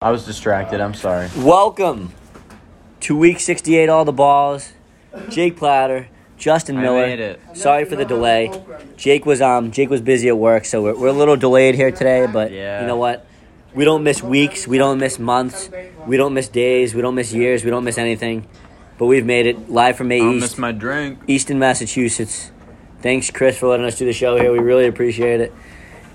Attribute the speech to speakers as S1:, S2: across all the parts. S1: I was distracted. I'm sorry.
S2: Welcome to week 68 All the Balls. Jake Platter, Justin
S1: I
S2: Miller.
S1: made it.
S2: Sorry for the delay. Jake was um Jake was busy at work, so we're, we're a little delayed here today, but
S1: Yeah.
S2: you know what? We don't miss weeks, we don't miss months, we don't miss days, we don't miss years, we don't miss anything. But we've made it live from May
S1: I
S2: East,
S1: missed my drink.
S2: Easton, Massachusetts. Thanks Chris for letting us do the show here. We really appreciate it.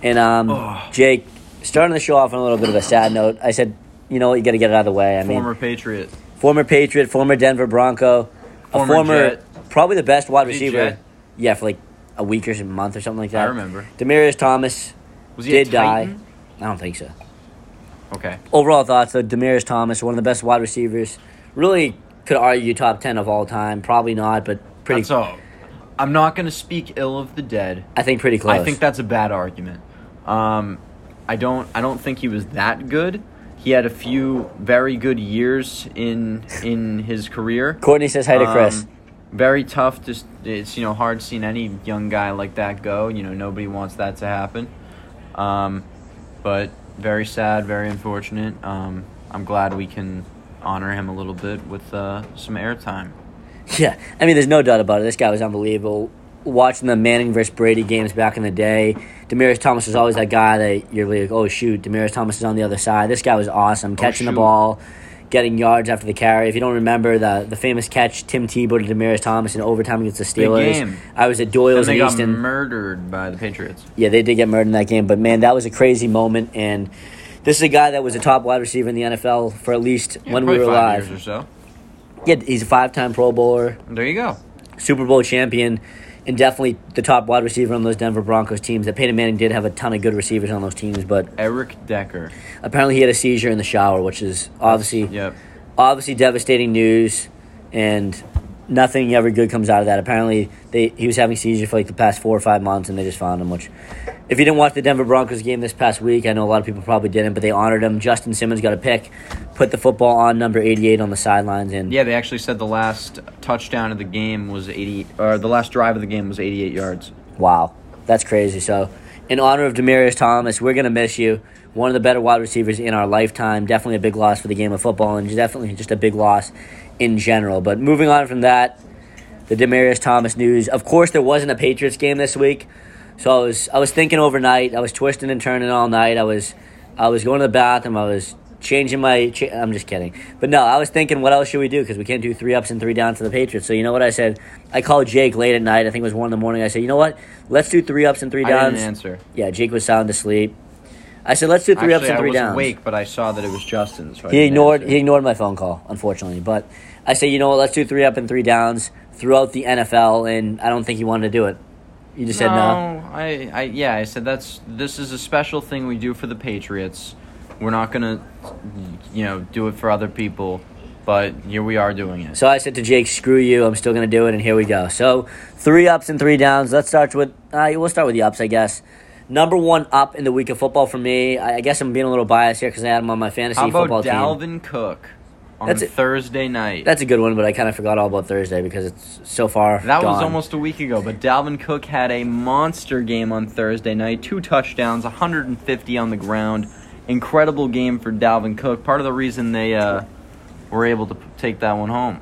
S2: And um
S1: Oh.
S2: Jake, starting the show off on a little bit of a sad note. I said, you know what, you got to get it out of the way. I mean,
S1: Former Patriot.
S2: former Patriot, former Denver Bronco, a
S1: Former
S2: former
S1: Jet.
S2: probably the best wide
S1: Was he
S2: receiver.
S1: Jet?
S2: Yeah, for like a week or a month or something like that.
S1: I remember.
S2: Demarius Thomas
S1: Was he
S2: did
S1: a
S2: die.
S1: Titan?
S2: I don't think so.
S1: Okay.
S2: Overall thoughts though, Demarius Thomas, one of the best wide receivers. Really could argue top ten of all time. Probably not, but pretty.
S1: That's all. I'm not going to speak ill of the dead.
S2: I think pretty close.
S1: I think that's a bad argument. Um, I don't. I don't think he was that good. He had a few very good years in in his career.
S2: Courtney says hi to Chris.
S1: Um, very tough. Just it's you know hard seeing any young guy like that go. You know nobody wants that to happen. Um, but very sad, very unfortunate. Um, I'm glad we can honor him a little bit with uh, some airtime.
S2: Yeah, I mean, there's no doubt about it. This guy was unbelievable. Watching the Manning versus Brady games back in the day, Demarius Thomas was always that guy that you're like, oh shoot, Demarius Thomas is on the other side. This guy was awesome, catching the
S1: Oh, shoot.
S2: ball, getting yards after the carry. If you don't remember the the famous catch Tim Tebow to Demarius Thomas in overtime against the Steelers,
S1: game.
S2: I was at
S1: And
S2: Doyle's
S1: they
S2: in
S1: got
S2: Easton.
S1: murdered by the Patriots.
S2: Yeah, they did get murdered in that game, but man, that was a crazy moment. And this is a guy that was a top wide receiver in the NFL for at least when we
S1: Probably
S2: were
S1: five
S2: alive.
S1: years or so.
S2: Yeah, he's a five time Pro Bowler.
S1: There you go.
S2: Super Bowl champion, and definitely the top wide receiver on those Denver Broncos teams. That Peyton Manning did have a ton of good receivers on those teams, but
S1: Eric Decker.
S2: apparently he had a seizure in the shower, which is obviously
S1: Yep.
S2: obviously devastating news, and nothing ever good comes out of that. Apparently they he was having seizure for like the past four or five months, and they just found him. Which, if you didn't watch the Denver Broncos game this past week, I know a lot of people probably didn't, but they honored him. Justin Simmons got a pick, put the football on number eighty-eight on the sidelines, and
S1: Yeah, they actually said the last touchdown of the game was 80, or the last drive of the game was 88 yards.
S2: Wow, that's crazy. So, in honor of Demarius Thomas, we're gonna miss you. One of the better wide receivers in our lifetime. Definitely a big loss for the game of football, and definitely just a big loss in general. But moving on from that, the Demarius Thomas news. Of course, there wasn't a Patriots game this week, so I was I was thinking overnight. I was twisting and turning all night. I was I was going to the bathroom. I was changing my. Cha- I'm just kidding. But no, I was thinking, what else should we do? Because we can't do three ups and three downs to the Patriots. So you know what I said? I called Jake late at night. I think it was one in the morning. I said, you know what? Let's do three ups and three
S1: I didn't
S2: downs.
S1: answer.
S2: yeah, Jake was sound asleep. I said, let's do three ups
S1: Actually,
S2: and three
S1: I was
S2: downs.
S1: awake, but I saw that it was Justin. So I
S2: He
S1: didn't
S2: ignored
S1: answer.
S2: he ignored my phone call, unfortunately. But I said, you know what? Let's do three up and three downs throughout the NFL, and I don't think he wanted to do it. You just said no.
S1: I, I, yeah, I said that's this is a special thing we do for the Patriots. We're not gonna, you know, do it for other people, but here we are doing it.
S2: So I said to Jake, "Screw you! I'm still gonna do it." And here we go. So three ups and three downs. Let's start with uh, we'll start with the ups, I guess. Number one up in the week of football for me. I, I guess I'm being a little biased here because I had him on my fantasy
S1: How about
S2: football team.
S1: Dalvin Cook on
S2: That's it.
S1: Thursday night?
S2: That's a good one, but I kind of forgot all about Thursday because it's so far.
S1: That was
S2: gone.
S1: almost a week ago, but Dalvin Cook had a monster game on Thursday night. Two touchdowns, 150 on the ground. Incredible game for Dalvin Cook. Part of the reason they uh, were able to p- take that one home.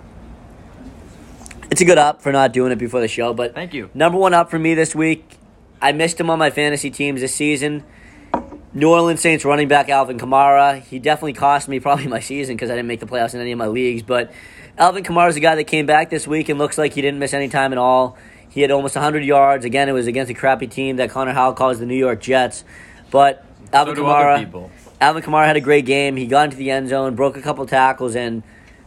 S2: It's a good up for not doing it before the show, but
S1: Thank you.
S2: Number one up for me this week. I missed him on my fantasy teams this season. New Orleans Saints running back Alvin Kamara. He definitely cost me probably my season because I didn't make the playoffs in any of my leagues. But Alvin Kamara's a guy that came back this week and looks like he didn't miss any time at all. He had almost 100 yards. Again, it was against a crappy team that Connor Howell calls the New York Jets. But Alvin
S1: so do
S2: Kamara.
S1: other people.
S2: Alvin Kamara had a great game. He got into the end zone, broke a couple tackles, and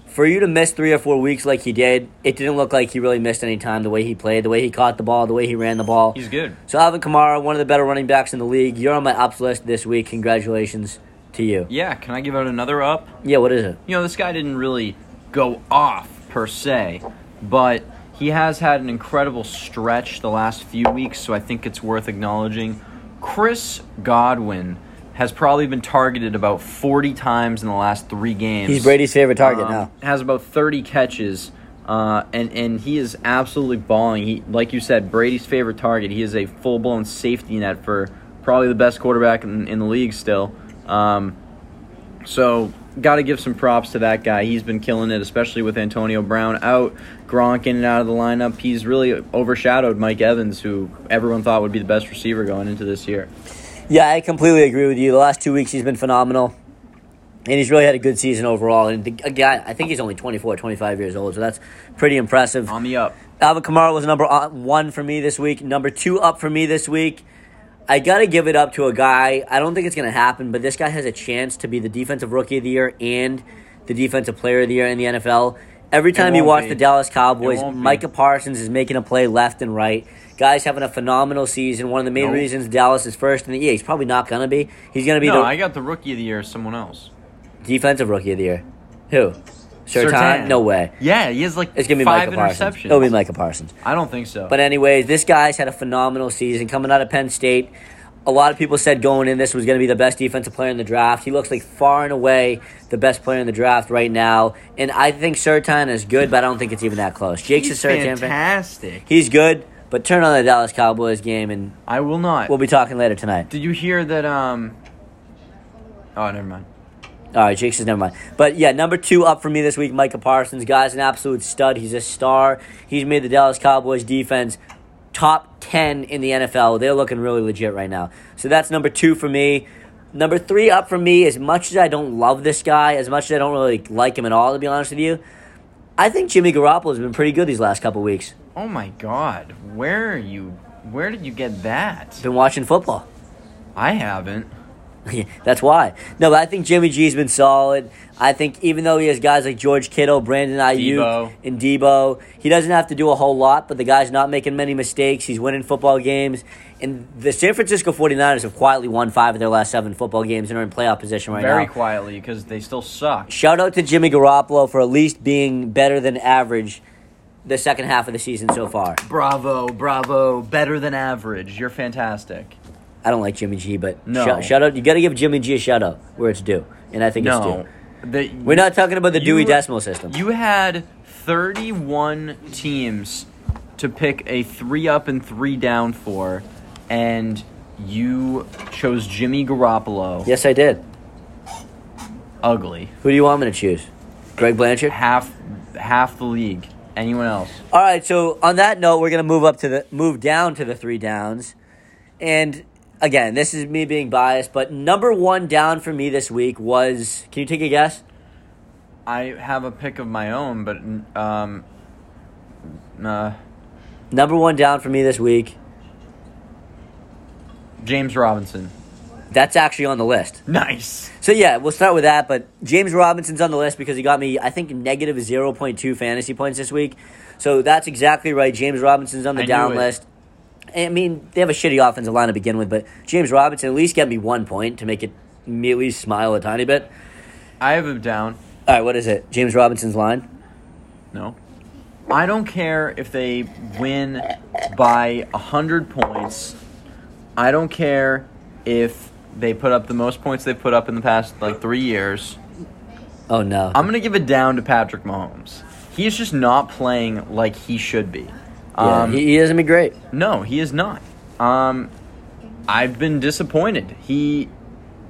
S2: for you to miss three or four weeks like he did, it didn't look like he really missed any time the way he played, the way he caught the ball, the way he ran the ball.
S1: He's good.
S2: so Alvin Kamara, one of the better running backs in the league. You're on my ups list this week. Congratulations to you.
S1: Yeah, can I give out another up?
S2: Yeah, what is it?
S1: You know, this guy didn't really go off per se, but he has had an incredible stretch the last few weeks, so I think it's worth acknowledging. Chris Godwin has probably been targeted about 40 times in the last three games.
S2: He's Brady's favorite target
S1: Um,
S2: now.
S1: Has about 30 catches, uh, and and he is absolutely balling. He, like you said, Brady's favorite target. He is a full blown safety net for probably the best quarterback in, in the league still. Um, So, got to give some props to that guy. He's been killing it, especially with Antonio Brown out, Gronk in and out of the lineup. He's really overshadowed Mike Evans, who everyone thought would be the best receiver going into this year.
S2: Yeah, I completely agree with you. The last two weeks, he's been phenomenal. And he's really had a good season overall. And the guy, I think he's only 24, 25 years old, so that's pretty impressive.
S1: On the up.
S2: Alvin Kamara was number uh, one for me this week. Number two up for me this week. I gotta give it up to a guy. I don't think it's gonna happen, but this guy has a chance to be the defensive rookie of the year and the defensive player of the year in the NFL. Every time you
S1: won't
S2: watch
S1: be.
S2: the Dallas Cowboys,
S1: won't be.
S2: Micah Parsons is making a play left and right. Guy's having a phenomenal season. One of the main
S1: Nope.
S2: reasons Dallas is first in the yeah, he's probably not gonna be. He's gonna be
S1: No,
S2: the
S1: I got the rookie of the year, someone else.
S2: defensive rookie of the year. Who? Sertan?
S1: Surtain.
S2: No way.
S1: Yeah, he has like
S2: It's gonna be
S1: five
S2: Micah Parsons.
S1: interceptions.
S2: It'll be Micah Parsons.
S1: I don't think so.
S2: But anyways, this guy's had a phenomenal season coming out of Penn State. A lot of people said going in this was going to be the best defensive player in the draft. He looks like far and away the best player in the draft right now, and I think Sertan is good, but I don't think it's even that close. Jake's
S1: he's
S2: a Sertan fan.
S1: fantastic.
S2: He's good, but turn on the Dallas Cowboys game, and
S1: I will not.
S2: we'll be talking later tonight.
S1: Did you hear that? Um. Oh, never mind.
S2: All right, Jake's is never mind. But yeah, number two up for me this week, Micah Parsons. Guy's an absolute stud. He's a star. He's made the Dallas Cowboys defense top 10 in the NFL. They're looking really legit right now. So that's number two for me. Number three up for me, as much as I don't love this guy, as much as I don't really like him at all, to be honest with you, I think Jimmy Garoppolo has been pretty good these last couple weeks.
S1: Oh my God, where are you? Where did you get that?
S2: Been watching football.
S1: I haven't.
S2: Yeah, That's why. No, but I think Jimmy G's been solid. I think even though he has guys like George Kittle, Brandon Ayuk,
S1: Debo.
S2: and Debo, he doesn't have to do a whole lot, but the guy's not making many mistakes. He's winning football games. And the San Francisco 49ers have quietly won five of their last seven football games and are in playoff position right
S1: Very
S2: now.
S1: quietly because they still suck.
S2: Shout out to Jimmy Garoppolo for at least being better than average the second half of the season so far.
S1: Bravo, bravo, better than average. You're fantastic.
S2: I don't like Jimmy G, but
S1: No.
S2: shout, shout out. You got to give Jimmy G a shout out where it's due. And I think it's
S1: No,
S2: due.
S1: the,
S2: We're not talking about the
S1: You-
S2: Dewey Decimal System.
S1: You had 31 teams to pick a three up and three down for, and you chose Jimmy Garoppolo.
S2: Yes, I did.
S1: Ugly.
S2: Who do you want me to choose? Greg Blanchard?
S1: Half, half the league. Anyone else?
S2: All right, so on that note, we're going to move up to the move down to the three downs. And again, this is me being biased, but number 1 down for me this week was Can you take a guess?
S1: I have a pick of my own, but um, uh,
S2: Number 1 down for me this week.
S1: James Robinson.
S2: That's actually on the list.
S1: Nice.
S2: So yeah, we'll start with that. But James Robinson's on the list because he got me, I think, negative zero point two fantasy points this week. So that's exactly right. James Robinson's on the
S1: I knew
S2: down
S1: it.
S2: list. I mean, they have a shitty offensive line to begin with, but James Robinson at least got me one point to make it me at least smile a tiny bit.
S1: I have him down.
S2: All right, what is it? James Robinson's line.
S1: No. I don't care if they win by 100 points. I don't care if they put up the most points they've put up in the past like 3 years.
S2: Oh no.
S1: I'm going to give it down to Patrick Mahomes. He is just not playing like he should be.
S2: Yeah,
S1: Um,
S2: he, he doesn't be great.
S1: no, he is not. Um, I've been disappointed. He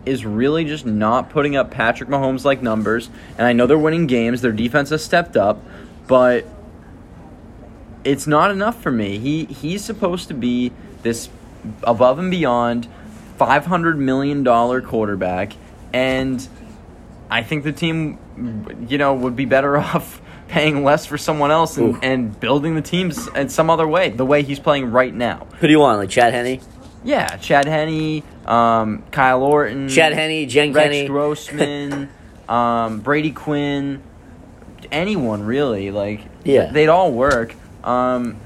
S1: is really just not putting up Patrick Mahomes like numbers. And I know they're winning games, their defense has stepped up, but it's not enough for me. He he's supposed to be this above and beyond 500 million dollar quarterback and I think the team you know would be better off paying less for someone else and,
S2: Oof.
S1: and building the teams in some other way the way he's playing right now.
S2: Who do you want? Like Chad Henney?
S1: Hmm. Yeah, Chad Henney, um, Kyle Orton,
S2: Chad Henney, Jen
S1: Rex
S2: Kenny.
S1: Grossman, um, Brady Quinn, anyone really. Like,
S2: Yeah.
S1: they'd all work. Um,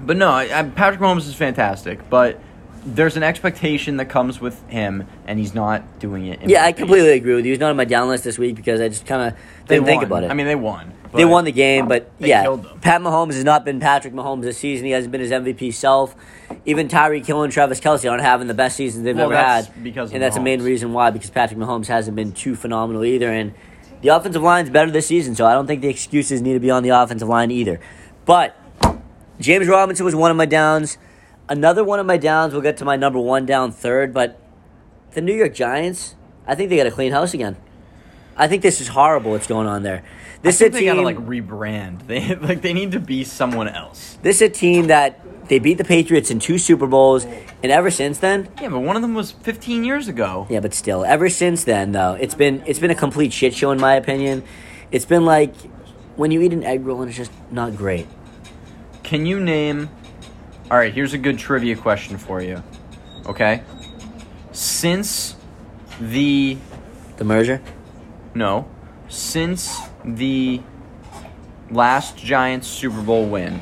S1: but no, I, I, Patrick Mahomes is fantastic, but there's an expectation that comes with him, and he's not doing it. in
S2: yeah,
S1: my
S2: I completely agree with you. He's not on my down list this week because I just kind of
S1: opinion.
S2: didn't
S1: They
S2: think
S1: won.
S2: about it.
S1: I mean, they won.
S2: they
S1: but
S2: won the game, but
S1: they
S2: yeah,
S1: killed them.
S2: Pat Mahomes has not been Patrick Mahomes this season. He hasn't been his MVP self. Even Tyreek Hill and Travis Kelsey aren't having the best seasons they've
S1: Well,
S2: ever
S1: that's
S2: had,
S1: because of
S2: and that's the main
S1: Mahomes.
S2: reason why because Patrick Mahomes hasn't been too phenomenal either. And the offensive line's better this season, so I don't think the excuses need to be on the offensive line either. But James Robinson was one of my downs. Another one of my downs. We'll get to my number one down third, but the New York Giants I think they got to clean house again. I think this is horrible. What's going on there? This is a
S1: think they
S2: team.
S1: gotta like rebrand. They like they need to be someone else.
S2: this is a team that they beat the Patriots in two Super Bowls, and ever since then,
S1: Yeah, but one of them was 15 years ago.
S2: Yeah, but still, ever since then though, it's been it's been a complete shit show in my opinion. It's been like when you eat an egg roll and it's just not great.
S1: Can you name? All right, here's a good trivia question for you. Okay, since the
S2: The merger?
S1: no, since the last Giants Super Bowl win,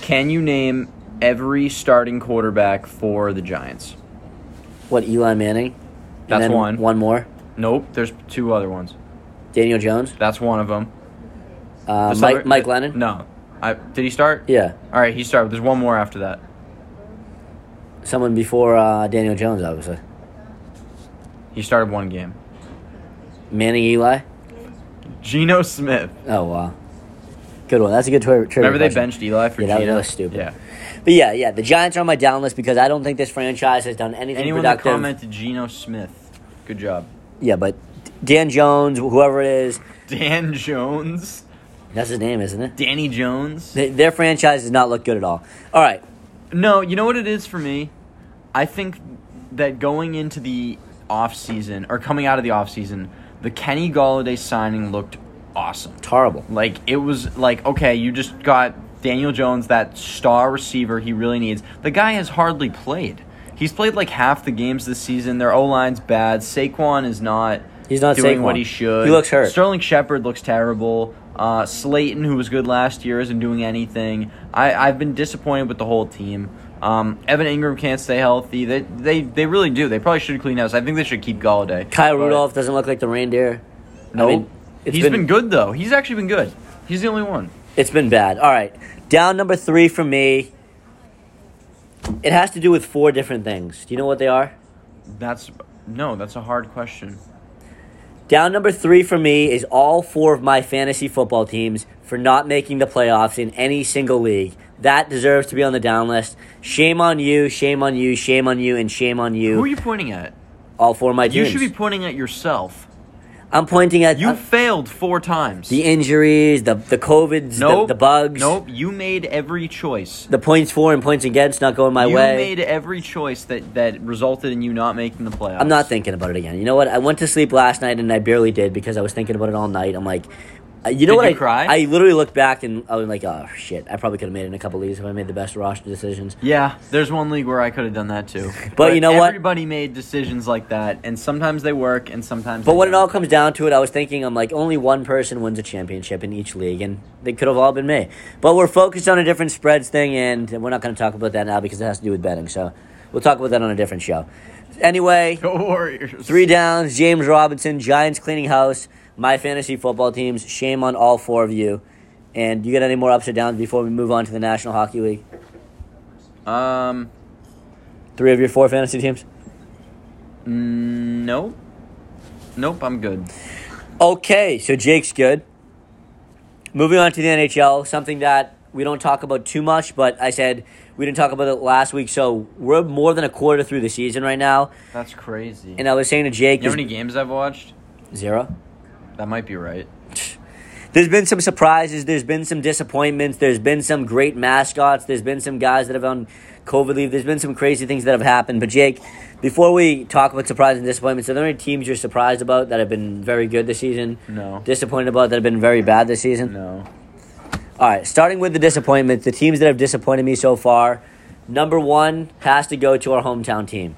S1: can you name every starting quarterback for the Giants?
S2: What Eli Manning? And
S1: That's
S2: then
S1: one.
S2: One more.
S1: Nope, there's two other ones.
S2: Daniel Jones.
S1: That's one of them.
S2: Uh, Mike Mike Lennon.
S1: No, I, did he start?
S2: Yeah,
S1: All right, he started. There's one more after that.
S2: someone before uh, Daniel Jones, obviously.
S1: He started one game.
S2: Manning, Eli.
S1: Geno Smith.
S2: Oh wow, good one. That's a good twi- trivia.
S1: Remember they
S2: question.
S1: benched Eli for
S2: Yeah, that was-
S1: Geno?
S2: that was stupid.
S1: Yeah.
S2: But yeah, yeah, the Giants are on my down list because I don't think this franchise has done anything
S1: Anyone that
S2: productive.
S1: commented Geno Smith, good job.
S2: Yeah, but Dan Jones, whoever it is,
S1: Dan Jones,
S2: that's his name, isn't it?
S1: Danny Jones.
S2: Th- Their franchise does not look good at all. All right,
S1: No, you know what it is for me. I think that going into the offseason, or coming out of the offseason, the Kenny Galladay signing looked awesome.
S2: it's horrible.
S1: Like it was like okay, you just got Daniel Jones, that star receiver he really needs. The guy has hardly played. He's played like half the games this season. Their O line's bad. Saquon is not.
S2: He's not
S1: doing
S2: Saquon.
S1: what he should.
S2: He looks hurt.
S1: Sterling Shepard looks terrible. Uh, Slayton, who was good last year, isn't doing anything. I, I've been disappointed with the whole team. Um, Evan Ingram can't stay healthy. They, they they really do. They probably should clean house. I think they should keep Galladay.
S2: Kyle
S1: But-
S2: Rudolph doesn't look like the reindeer.
S1: No,
S2: I
S1: he's
S2: mean, it's
S1: been, good though. He's actually been good. He's the only one.
S2: It's been bad. All right, down number three for me. It has to do with four different things. Do you know what they are?
S1: That's no, that's a hard question.
S2: Down number three for me is all four of my fantasy football teams for not making the playoffs in any single league. That deserves to be on the down list. Shame on you, shame on you, shame on you, and shame on you.
S1: Who are you pointing at?
S2: all four of my
S1: You
S2: teams.
S1: should be pointing at yourself.
S2: I'm pointing at
S1: You
S2: uh,
S1: failed four times.
S2: the injuries, the the COVIDs,
S1: nope.
S2: the, the bugs.
S1: Nope. You made every choice.
S2: the points for and points against not going my
S1: you
S2: way.
S1: made every choice that that resulted in you not making the playoffs.
S2: I'm not thinking about it again. You know what? I went to sleep last night and I barely did because I was thinking about it all night. I'm like, uh, you know
S1: Did
S2: what?
S1: you
S2: I
S1: cry?
S2: I literally looked back and I was like, oh shit, I probably could have made it in a couple leagues if I made the best roster decisions.
S1: Yeah, there's one league where I could have done that too. but,
S2: you know what?
S1: Everybody made decisions like that, and sometimes they work, and sometimes.
S2: But
S1: they
S2: when it
S1: don't.
S2: all comes down to it, I was thinking I'm like only one person wins a championship in each league, and they could have all been me. But we're focused on a different spreads thing, and we're not going to talk about that now because it has to do with betting. So we'll talk about that on a different show. Anyway,
S1: Go Warriors.
S2: Three downs, James Robinson, Giants cleaning house, my fantasy football teams. Shame on all four of you. And you got any more ups or downs before we move on to the National Hockey League?
S1: Um.
S2: Three of your four fantasy teams?
S1: Nope. Nope. I'm good.
S2: Okay, so Jake's good. Moving on to the NHL, something that we don't talk about too much, but I said we didn't talk about it last week, so we're more than a quarter through the season right now.
S1: That's crazy.
S2: And I was saying to Jake,
S1: you know how
S2: there's-
S1: many games I've watched?
S2: zero?
S1: That might be right.
S2: There's been some surprises. There's been some disappointments. There's been some great mascots. There's been some guys that have on COVID leave. There's been some crazy things that have happened. But Jake, before we talk about surprises and disappointments, are there any teams you're surprised about that have been very good this season?
S1: No.
S2: Disappointed about that have been very bad this season?
S1: No.
S2: All right, starting with the disappointments, the teams that have disappointed me so far. Number one has to go to our hometown team.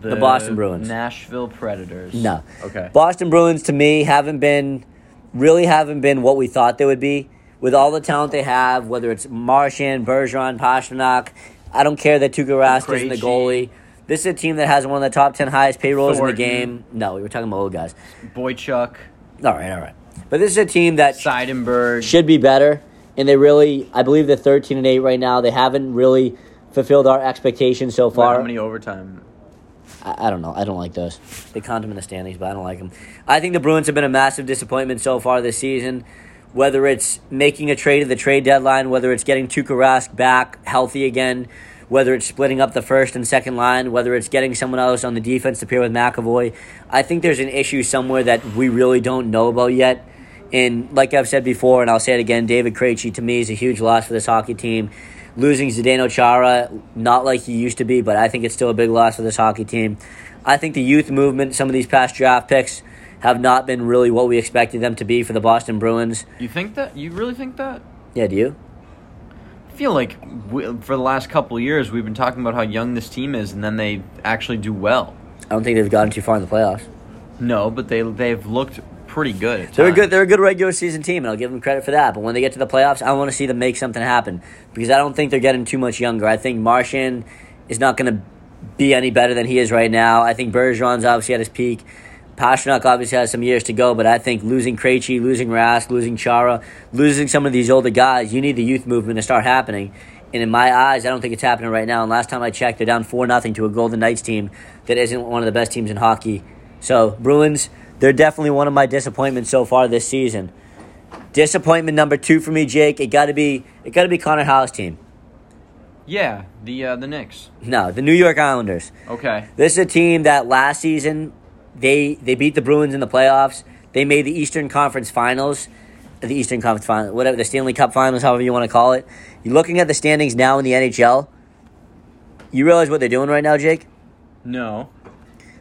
S2: The Boston Bruins.
S1: Nashville Predators.
S2: No.
S1: Okay.
S2: Boston Bruins to me haven't been really haven't been what we thought they would be. With all the talent they have, whether it's Martian, Bergeron, Pasternak, I don't care that Tuukka Rask isn't the
S1: Krejci.
S2: goalie. This is a team that has one of the top ten highest payrolls in the
S1: Thornton.
S2: game. No, we were talking about old guys.
S1: Boychuk,
S2: All right, all right. But this is a team that
S1: Seidenberg.
S2: should be better, and they really, I believe, they're thirteen and eight right now. They haven't really fulfilled our expectations so
S1: Wait,
S2: far.
S1: How many overtime?
S2: I, I don't know. I don't like those. They count them in the standings, but I don't like them. I think the Bruins have been a massive disappointment so far this season. Whether it's making a trade at the trade deadline, whether it's getting Tuukka Rask back healthy again, whether it's splitting up the first and second line, whether it's getting someone else on the defense to pair with McAvoy. I think there's an issue somewhere that we really don't know about yet. And like I've said before, and I'll say it again, David Krejci to me is a huge loss for this hockey team. Losing Zdeno Chara, not like he used to be, but I think it's still a big loss for this hockey team. I think the youth movement, some of these past draft picks, have not been really what we expected them to be for the Boston Bruins.
S1: You think that? You really think that?
S2: Yeah, do you?
S1: I feel like we, for the last couple of years we've been talking about how young this team is, and then they actually do well.
S2: I don't think they've gotten too far in the playoffs.
S1: No, but they they've looked pretty good. At
S2: They're a
S1: times.
S2: good. They're a good regular season team, and I'll give them credit for that. But when they get to the playoffs, I want to see them make something happen because I don't think they're getting too much younger. I think Martian is not going to be any better than he is right now. I think Bergeron's obviously at his peak. Pasternak obviously has some years to go, but I think losing Krejci, losing Rask, losing Chara, losing some of these older guys, you need the youth movement to start happening. And in my eyes, I don't think it's happening right now. And last time I checked, they're down four nothing to a Golden Knights team that isn't one of the best teams in hockey. So Bruins, they're definitely one of my disappointments so far this season. Disappointment number two for me, Jake. It got to be it got to be Connor Howe's team.
S1: Yeah, the uh, the Knicks.
S2: No, the New York Islanders.
S1: Okay.
S2: This is a team that last season they they beat the Bruins in the playoffs. They made the Eastern Conference Finals, the Eastern Conference Finals, whatever the Stanley Cup Finals, however you want to call it. You're looking at the standings now in the NHL. You realize what they're doing right now, Jake?
S1: No.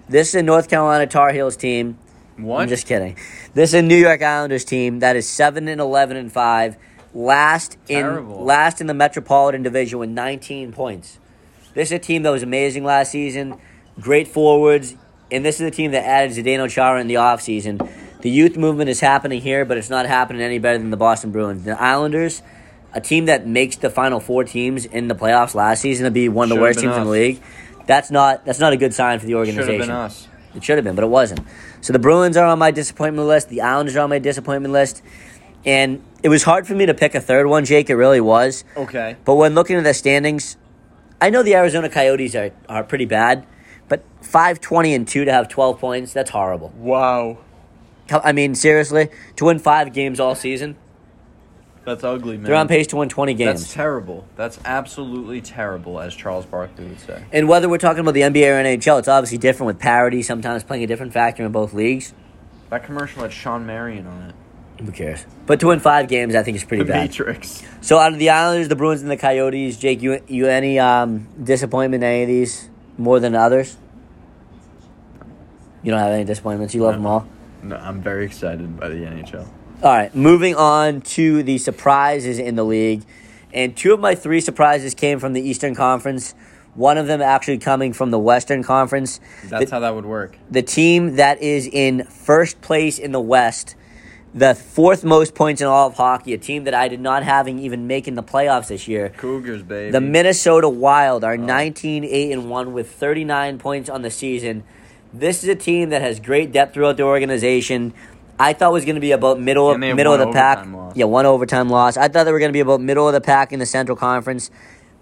S2: This is a North Carolina Tar Heels team.
S1: What?
S2: I'm just kidding. This is a New York Islanders team that is seven and eleven and five, last
S1: Terrible.
S2: in last in the Metropolitan Division with 19 points. This is a team that was amazing last season, great forwards, and this is a team that added Zdeno Chara in the offseason. The youth movement is happening here, but it's not happening any better than the Boston Bruins. The Islanders, a team that makes the final four teams in the playoffs last season to be one of the
S1: Should've
S2: worst
S1: been
S2: teams in
S1: us.
S2: the league. That's not that's not a good sign for the
S1: Should have
S2: organization.
S1: been us.
S2: It should have been, but it wasn't. So the Bruins are on my disappointment list. The Islanders are on my disappointment list. And it was hard for me to pick a third one, Jake. It really was.
S1: Okay.
S2: But when looking at the standings, I know the Arizona Coyotes are, are pretty bad, but 520 and 2 to have 12 points, that's horrible.
S1: Wow.
S2: How- I mean, seriously, to win five games all season,
S1: That's ugly, man.
S2: they're on pace to win 20 games.
S1: That's terrible. That's absolutely terrible, as Charles Barkley would say.
S2: And whether we're talking about the NBA or NHL, it's obviously different with parity, sometimes playing a different factor in both leagues.
S1: That commercial had Sean Marion on it.
S2: Who cares? But to win five games, I think is pretty
S1: The
S2: bad.
S1: Matrix.
S2: So out of the Islanders, the Bruins, and the Coyotes, Jake, you you any um, disappointment in any of these more than others? You don't have any disappointments. You love
S1: No.
S2: them all.
S1: No, I'm very excited by the NHL.
S2: All right, moving on to the surprises in the league, and two of my three surprises came from the Eastern Conference. One of them actually coming from the Western Conference.
S1: That's how that would work.
S2: the team that is in first place in the West, the fourth most points in all of hockey, a team that I did not having even making the playoffs this year.
S1: Cougars, baby. Oh.
S2: The Minnesota Wild are 19 8 and 1 with 39 points on the season. This is a team that has great depth throughout the organization. I thought it was going to be about middle
S1: And they have
S2: middle of
S1: one
S2: the pack.
S1: overtime loss.
S2: Yeah, one overtime loss. I thought they were going to be about middle of the pack in the Central Conference,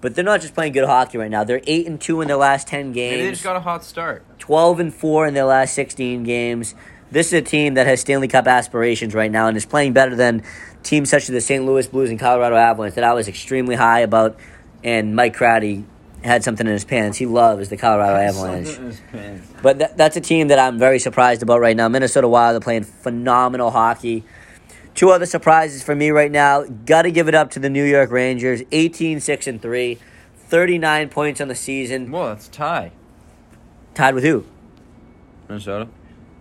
S2: but they're not just playing good hockey right now. They're 8 and 2 in their last 10
S1: Maybe they just
S2: games.
S1: got a hot start.
S2: 12 and 4 in their last 16 games. This is a team that has Stanley Cup aspirations right now and is playing better than teams such as the St. Louis Blues and Colorado Avalanche that I was extremely high about. And Mike Crowdy had something in his pants. He loves the Colorado Avalanche.
S1: Something in his pants.
S2: But tha- that's a team that I'm very surprised about right now. Minnesota Wild are playing phenomenal hockey. Two other surprises for me right now. Got to give it up to the New York Rangers 18 6 and 3, 39 points on the season.
S1: Well, that's a tie.
S2: Tied with who?
S1: Minnesota.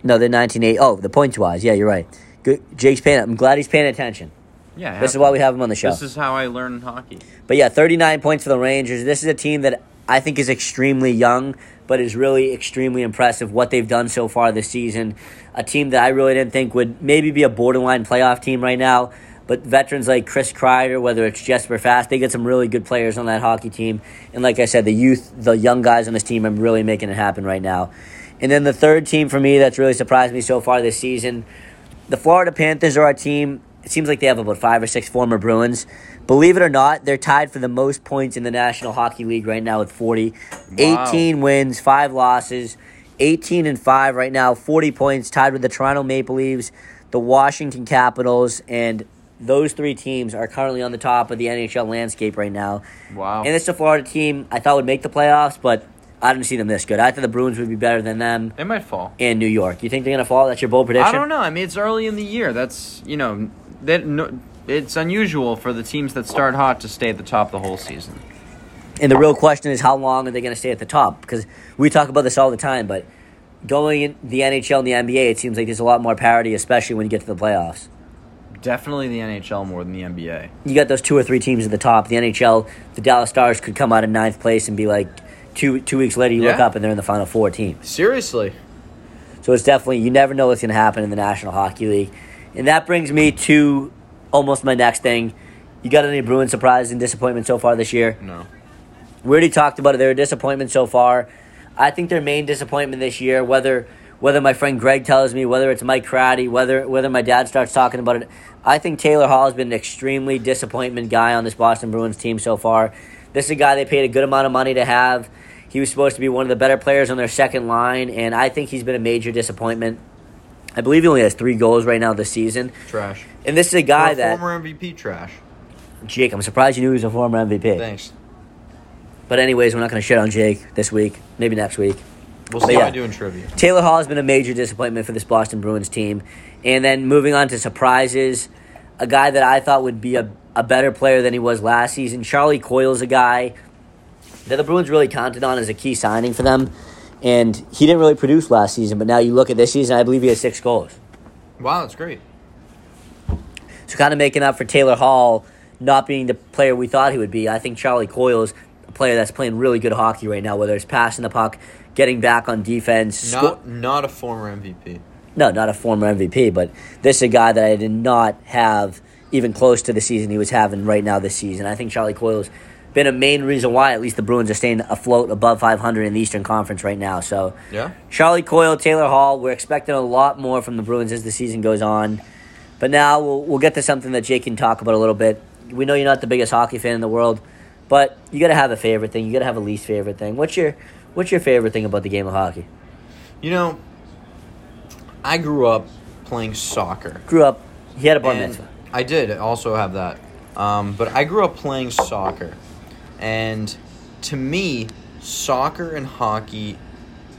S2: No, they're 1980. Oh, the points wise. Yeah, you're right. Good. Jake's paying. I'm glad he's paying attention.
S1: Yeah. it
S2: This is
S1: happened.
S2: why we have him on the show.
S1: This is how I learn hockey.
S2: But yeah, 39 points for the Rangers. This is a team that I think is extremely young, but is really extremely impressive what they've done so far this season. A team that I really didn't think would maybe be a borderline playoff team right now. But veterans like Chris Kreider, whether it's Jesper Fast, they get some really good players on that hockey team. And like I said, the youth, the young guys on this team, I'm really making it happen right now. And then the third team for me that's really surprised me so far this season, the Florida Panthers are our team. It seems like they have about five or six former Bruins. Believe it or not, they're tied for the most points in the National Hockey League right now with 40.
S1: Wow.
S2: 18 wins, 5 losses, 18 and 5 right now, 40 points, tied with the Toronto Maple Leafs, the Washington Capitals, and those three teams are currently on the top of the NHL landscape right now.
S1: Wow.
S2: And it's the Florida team I thought would make the playoffs, but I didn't see them this good. I thought the Bruins would be better than them
S1: they might fall.
S2: in New York. You think they're going to fall? That's your bold prediction?
S1: I don't know. I mean, it's early in the year. That's you know, that no, it's unusual for the teams that start hot to stay at the top the whole season.
S2: And the real question is how long are they going to stay at the top? Because we talk about this all the time, but going in the NHL and the NBA, it seems like there's a lot more parity, especially when you get to the playoffs.
S1: Definitely the NHL more than the NBA.
S2: You got those two or three teams at the top. The NHL, the Dallas Stars could come out in ninth place and be like two two weeks later, you look
S1: Yeah.
S2: up and they're in the final four team.
S1: Seriously.
S2: So it's definitely you never know what's going to happen in the National Hockey League, and that brings me to almost my next thing. You got any Bruins surprise and disappointment so far this year?
S1: No.
S2: We already talked about it. They're a disappointment so far. I think their main disappointment this year, whether whether my friend Greg tells me, whether it's Mike Crowdy, whether whether my dad starts talking about it, I think Taylor Hall has been an extremely disappointment guy on this Boston Bruins team so far. This is a guy they paid a good amount of money to have. He was supposed to be one of the better players on their second line, and I think he's been a major disappointment. I believe he only has three goals right now this season,
S1: Trash.
S2: and this is a guy
S1: For a
S2: that
S1: former MVP trash.
S2: Jake. I'm surprised you knew he was a former MVP.
S1: Thanks.
S2: But anyways, we're not going to shit on Jake this week. Maybe next week.
S1: We'll see
S2: But
S1: how
S2: yeah.
S1: I do in trivia.
S2: Taylor Hall has been a major disappointment for this Boston Bruins team. And then moving on to surprises, a guy that I thought would be a, a better player than he was last season. Charlie Coyle's a guy that the Bruins really counted on as a key signing for them. And he didn't really produce last season, but now you look at this season, I believe he has six goals.
S1: Wow, that's great.
S2: So kind of making up for Taylor Hall not being the player we thought he would be. I think Charlie Coyle's a player that's playing really good hockey right now, whether it's passing the puck, getting back on defense. sco-
S1: Not not a former MVP.
S2: no, not a former MVP, but this is a guy that I did not have even close to the season he was having right now this season. I think Charlie Coyle's been a main reason why at least the Bruins are staying afloat above 500 in the Eastern Conference right now. So
S1: Yeah.
S2: Charlie Coyle, Taylor Hall, we're expecting a lot more from the Bruins as the season goes on. But now we'll, we'll get to something that Jake can talk about a little bit. We know you're not the biggest hockey fan in the world, but you got to have a favorite thing. You got to have a least favorite thing. What's your What's your favorite thing about the game of hockey?
S1: You know, I grew up playing soccer.
S2: Grew up, he had a bar
S1: And
S2: mitzvah.
S1: I did also have that. Um, but I grew up playing soccer. And to me, soccer and hockey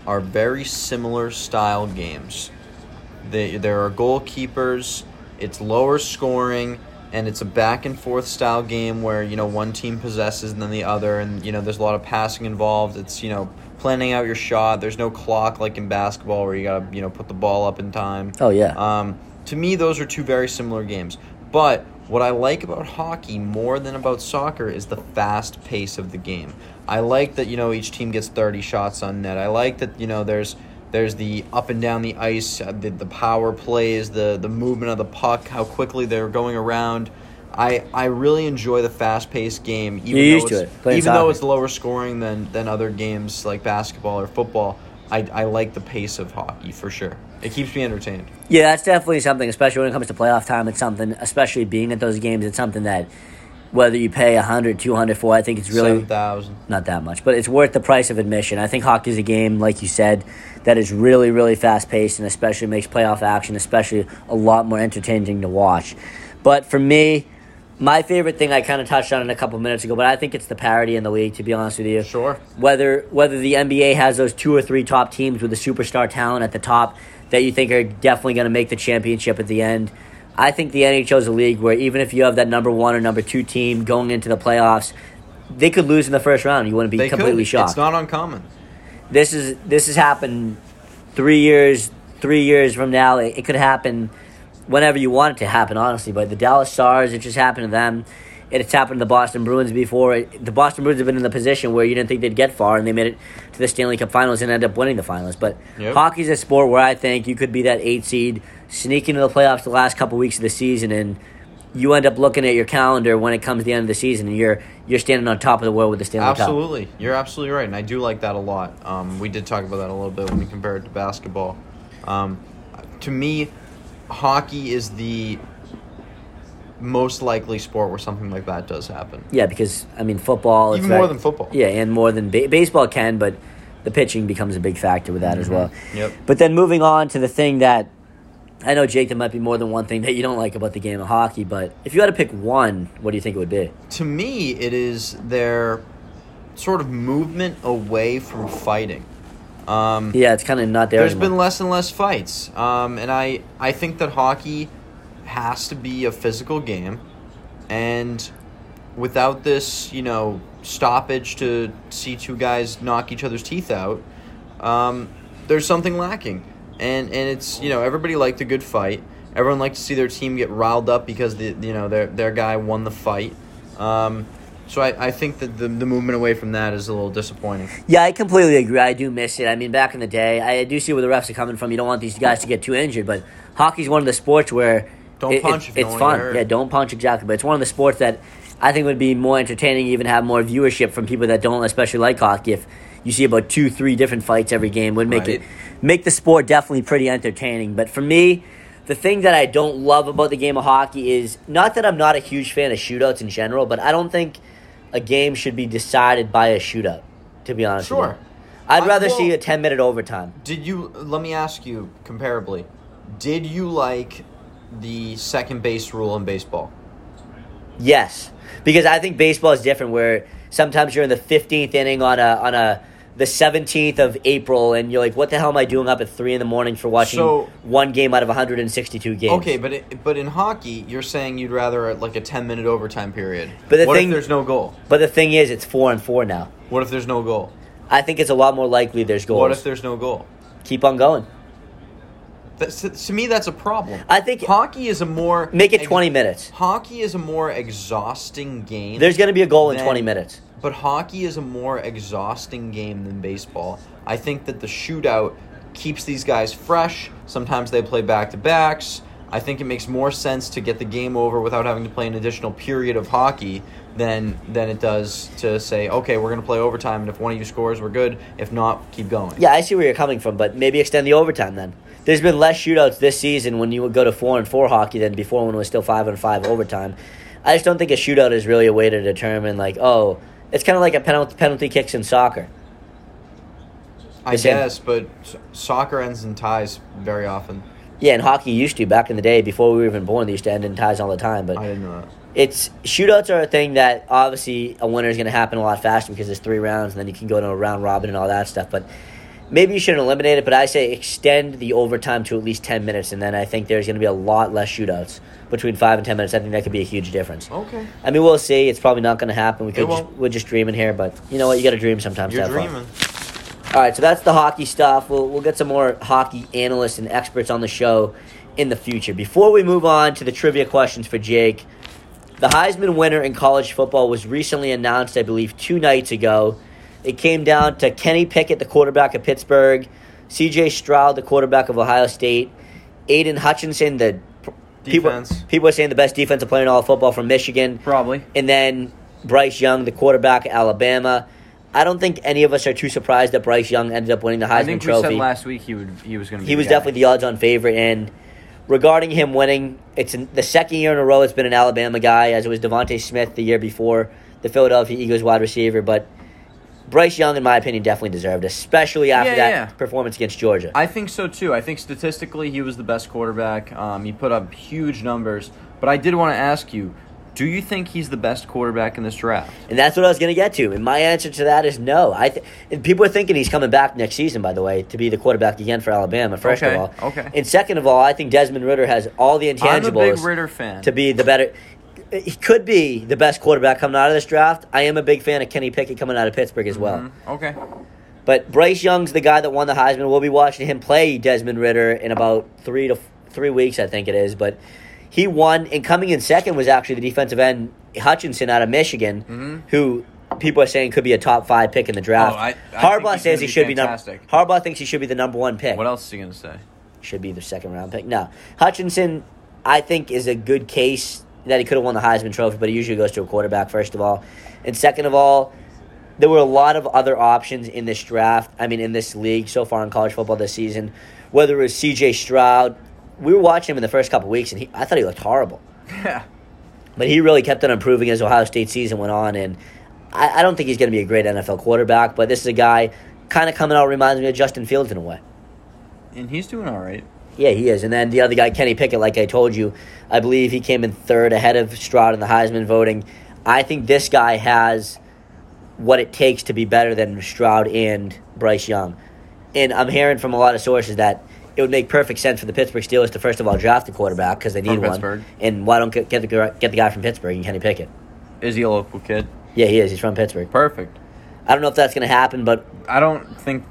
S1: are very similar style games. They, there are goalkeepers, it's lower scoring, and it's a back and forth style game where, you know, one team possesses and then the other, and, you know, there's a lot of passing involved. It's, you know, planning out your shot. There's no clock like in basketball where you got to, you know, put the ball up in time.
S2: Oh yeah,
S1: Um, to me, those are two very similar games. But what I like about hockey more than about soccer is the fast pace of the game. I like that you know each team gets thirty shots on net. I like that you know there's there's the up and down the ice, uh, the, the power plays, the the movement of the puck, how quickly they're going around. I, I really enjoy the fast paced game. Even
S2: You're
S1: though
S2: used to
S1: it's-
S2: it, playing
S1: Even though
S2: soccer.
S1: it's lower scoring than, than other games like basketball or football, I, I like the pace of hockey for sure. It keeps me entertained.
S2: yeah, that's definitely something. Especially when it comes to playoff time, it's something. Especially being at those games, it's something that whether you pay 100 200 for, I think it's really
S1: Seven thousand.
S2: not that much, but it's worth the price of admission. I think hockey is a game, like you said, that is really, really fast paced and especially makes playoff action, especially a lot more entertaining to watch. But for me, my favorite thing I kind of touched on it a couple minutes ago, but I think it's the parity in the league, to be honest with you
S1: Sure.
S2: whether whether the NBA has those two or three top teams with the superstar talent at the top that you think are definitely going to make the championship at the end. I think the NHL is a league where even if you have that number one or number two team going into the playoffs, they could lose in the first round. You wouldn't be
S1: They
S2: completely
S1: could.
S2: shocked.
S1: It's not uncommon.
S2: this is this has happened three years three years from now. It, it could happen whenever you want it to happen, honestly. But the Dallas Stars, it just happened to them. It, it's happened to the Boston Bruins before. It- the Boston Bruins have been in the position where you didn't think they'd get far, and they made it to the Stanley Cup Finals and ended up winning the finals. But
S1: Yep.
S2: hockey's a sport where I think you could be that eight seed, sneak into the playoffs the last couple weeks of the season, and you end up looking at your calendar when it comes to the end of the season, and you're you're standing on top of the world with the Stanley Cup.
S1: Absolutely, you're absolutely right, and I do like that a lot. Um, we did talk about that a little bit when we compared it to basketball. Um, to me, hockey is the most likely sport where something like that does happen.
S2: Yeah, because I mean football.
S1: Even
S2: it's
S1: more
S2: very-
S1: than football.
S2: Yeah, and more than ba- baseball can, but
S1: Mm-hmm.
S2: the pitching becomes a big factor with that as well.
S1: Yep.
S2: But then moving on to the thing that I know, Jake, there might be more than one thing that you don't like about the game of hockey, but if you had to pick one, what do you think it would be?
S1: To me, it is their sort of movement away from fighting. Um,
S2: Yeah, it's kind of not there.
S1: There's
S2: anymore.
S1: been less and less fights, um, and I I think that hockey has to be a physical game, and without this, you know, stoppage to see two guys knock each other's teeth out, um, there's something lacking, and and it's you know everybody liked a good fight. Everyone liked to see their team get riled up because the you know their their guy won the fight. Um, so I, I think that the, the movement away from that is a little disappointing.
S2: Yeah, I completely agree. I do miss it. I mean, back in the day, I do see where the refs are coming from. You don't want these guys to get too injured, but hockey's one of the sports where
S1: Don't punch if you
S2: it's
S1: don't wanna
S2: fun.
S1: get hurt.
S2: Yeah, don't punch exactly, but it's one of the sports that I think would be more entertaining, even have more viewership from people that don't especially like hockey. If you see about two, three different fights every game, would make
S1: Right.
S2: it make the sport definitely pretty entertaining. But for me, the thing that I don't love about the game of hockey is not that I'm not a huge fan of shootouts in general, but I don't think a game should be decided by a shootout. To be honest,
S1: Sure.
S2: With you. I'd
S1: I-
S2: rather
S1: well-
S2: see a ten minute overtime.
S1: Did you? Let me ask you comparably. Did you like the second base rule in baseball?
S2: Yes, because I think baseball is different. Where sometimes you're in the fifteenth inning on a on a the seventeenth of April, and you're like, "What the hell am I doing up at three in the morning for watching
S1: So-
S2: one game out of 162 games?"
S1: Okay, but it, but in hockey, you're saying you'd rather like a ten minute overtime period.
S2: But the
S1: what
S2: thing-
S1: if there's no goal?
S2: but the thing is, it's four and four now.
S1: What if there's no goal?
S2: I think it's a lot more likely there's goals.
S1: What if there's no goal?
S2: Keep on going.
S1: That's, to me, that's a problem.
S2: I think-
S1: hockey is a more
S2: Make it
S1: ex-
S2: 20 minutes.
S1: Hockey is a more exhausting game.
S2: There's going to be a goal in
S1: Then-
S2: 20 minutes.
S1: But hockey is a more exhausting game than baseball. I think that the shootout keeps these guys fresh. Sometimes they play back to backs. I think it makes more sense to get the game over without having to play an additional period of hockey than than it does to say, okay, we're going to play overtime, and if one of you scores, we're good. If not, keep going.
S2: Yeah, I see where you're coming from, but maybe extend the overtime then. There's been less shootouts this season when you would go to four and four hockey than before when it was still five and five overtime. I just don't think a shootout is really a way to determine like, oh, it's kind of like a penalty penalty kicks in soccer.
S1: I
S2: It's in-
S1: guess, but s- soccer ends in ties very often.
S2: Yeah, and hockey used to back in the day before we were even born. They used to end in ties all the time, but
S1: I didn't know that.
S2: it's shootouts are a thing that obviously a winner is going to happen a lot faster because there's three rounds and then you can go to a round robin and all that stuff. But maybe you shouldn't eliminate it, but I say extend the overtime to at least 10 minutes, and then I think there's going to be a lot less shootouts between 5 and 10 minutes. I think that could be a huge difference.
S1: Okay.
S2: I mean, we'll see. It's probably not going to happen. We could just,
S1: Oh. won't.
S2: we're just dreaming here, but you know what? You got to dream sometimes. to
S1: You're
S2: have fun.
S1: dreaming.
S2: All right, so that's the hockey stuff. We'll, we'll get some more hockey analysts and experts on the show in the future. Before we move on to the trivia questions for Jake, the Heisman winner in college football was recently announced, I believe, two nights ago. It came down to Kenny Pickett, the quarterback of Pittsburgh, CJ Stroud, the quarterback of Ohio State, Aiden Hutchinson, the
S1: Defense.
S2: People, people are saying the best defensive player in all of football from Michigan.
S1: Probably.
S2: And then Bryce Young, the quarterback of Alabama. I don't think any of us are too surprised that Bryce Young ended up winning the Heisman
S1: I think we
S2: Trophy.
S1: said last week he would he was going to be
S2: he was
S1: the guy.
S2: definitely the odds-on favorite. And regarding him winning, it's in, the second year in a row it's been an Alabama guy, as it was Devonte Smith the year before, the Philadelphia Eagles wide receiver. But Bryce Young, in my opinion, definitely deserved, it, especially after
S1: Yeah,
S2: that
S1: yeah.
S2: performance against Georgia.
S1: I think so too. I think statistically he was the best quarterback. Um, he put up huge numbers. But I did want to ask you, do you think he's the best quarterback in this draft?
S2: And that's what I was going to get to. And my answer to that is no. I th- and people are thinking he's coming back next season, by the way, to be the quarterback again for Alabama, first
S1: Okay,
S2: of all.
S1: okay.
S2: And second of all, I think Desmond Ritter has all the
S1: I'm a big
S2: intangibles
S1: Ritter fan.
S2: to be the better. He could be the best quarterback coming out of this draft. I am a big fan of Kenny Pickett coming out of Pittsburgh as well.
S1: Mhm. Okay.
S2: But Bryce Young's the guy that won the Heisman. We'll be watching him play Desmond Ritter in about three to three weeks, I think it is. But he won, and coming in second was actually the defensive end Hutchinson out of Michigan, who people are saying could be a top five pick in the draft.
S1: Mm-hmm. Oh, I- I think
S2: Harbaugh
S1: he's
S2: says
S1: gonna
S2: he
S1: be
S2: should be number.
S1: fantastic.
S2: Harbaugh thinks he should be the number one pick
S1: What else is he going to say?
S2: should be the second round pick. No, Hutchinson, I think, is a good case that he could have won the Heisman Trophy, but he usually goes to a quarterback first of all, and second of all, there were a lot of other options in this draft. I mean, in this league so far in college football this season, whether it was C.J. Stroud, we were watching him in the first couple weeks, and he, I thought he looked horrible,
S1: Yeah.
S2: but he really kept on improving as Ohio State season went on, and I, I don't think he's going to be a great NFL quarterback, but this is a guy kind of coming out reminds me of Justin Fields in a way.
S1: And he's doing all right.
S2: Yeah, he is. And then the other guy, Kenny Pickett, like I told you, I believe he came in third ahead of Stroud in the Heisman voting. I think this guy has what it takes to be better than Stroud and Bryce Young. And I'm hearing from a lot of sources that it would make perfect sense for the Pittsburgh Steelers to first of all draft a quarterback because they need
S1: From Pittsburgh.
S2: one. And why don't get get the gr- get the guy from Pittsburgh and Kenny Pickett?
S1: Is he a local kid?
S2: Yeah, he is. He's from Pittsburgh.
S1: Perfect.
S2: I don't know if that's going to happen, but
S1: I don't think.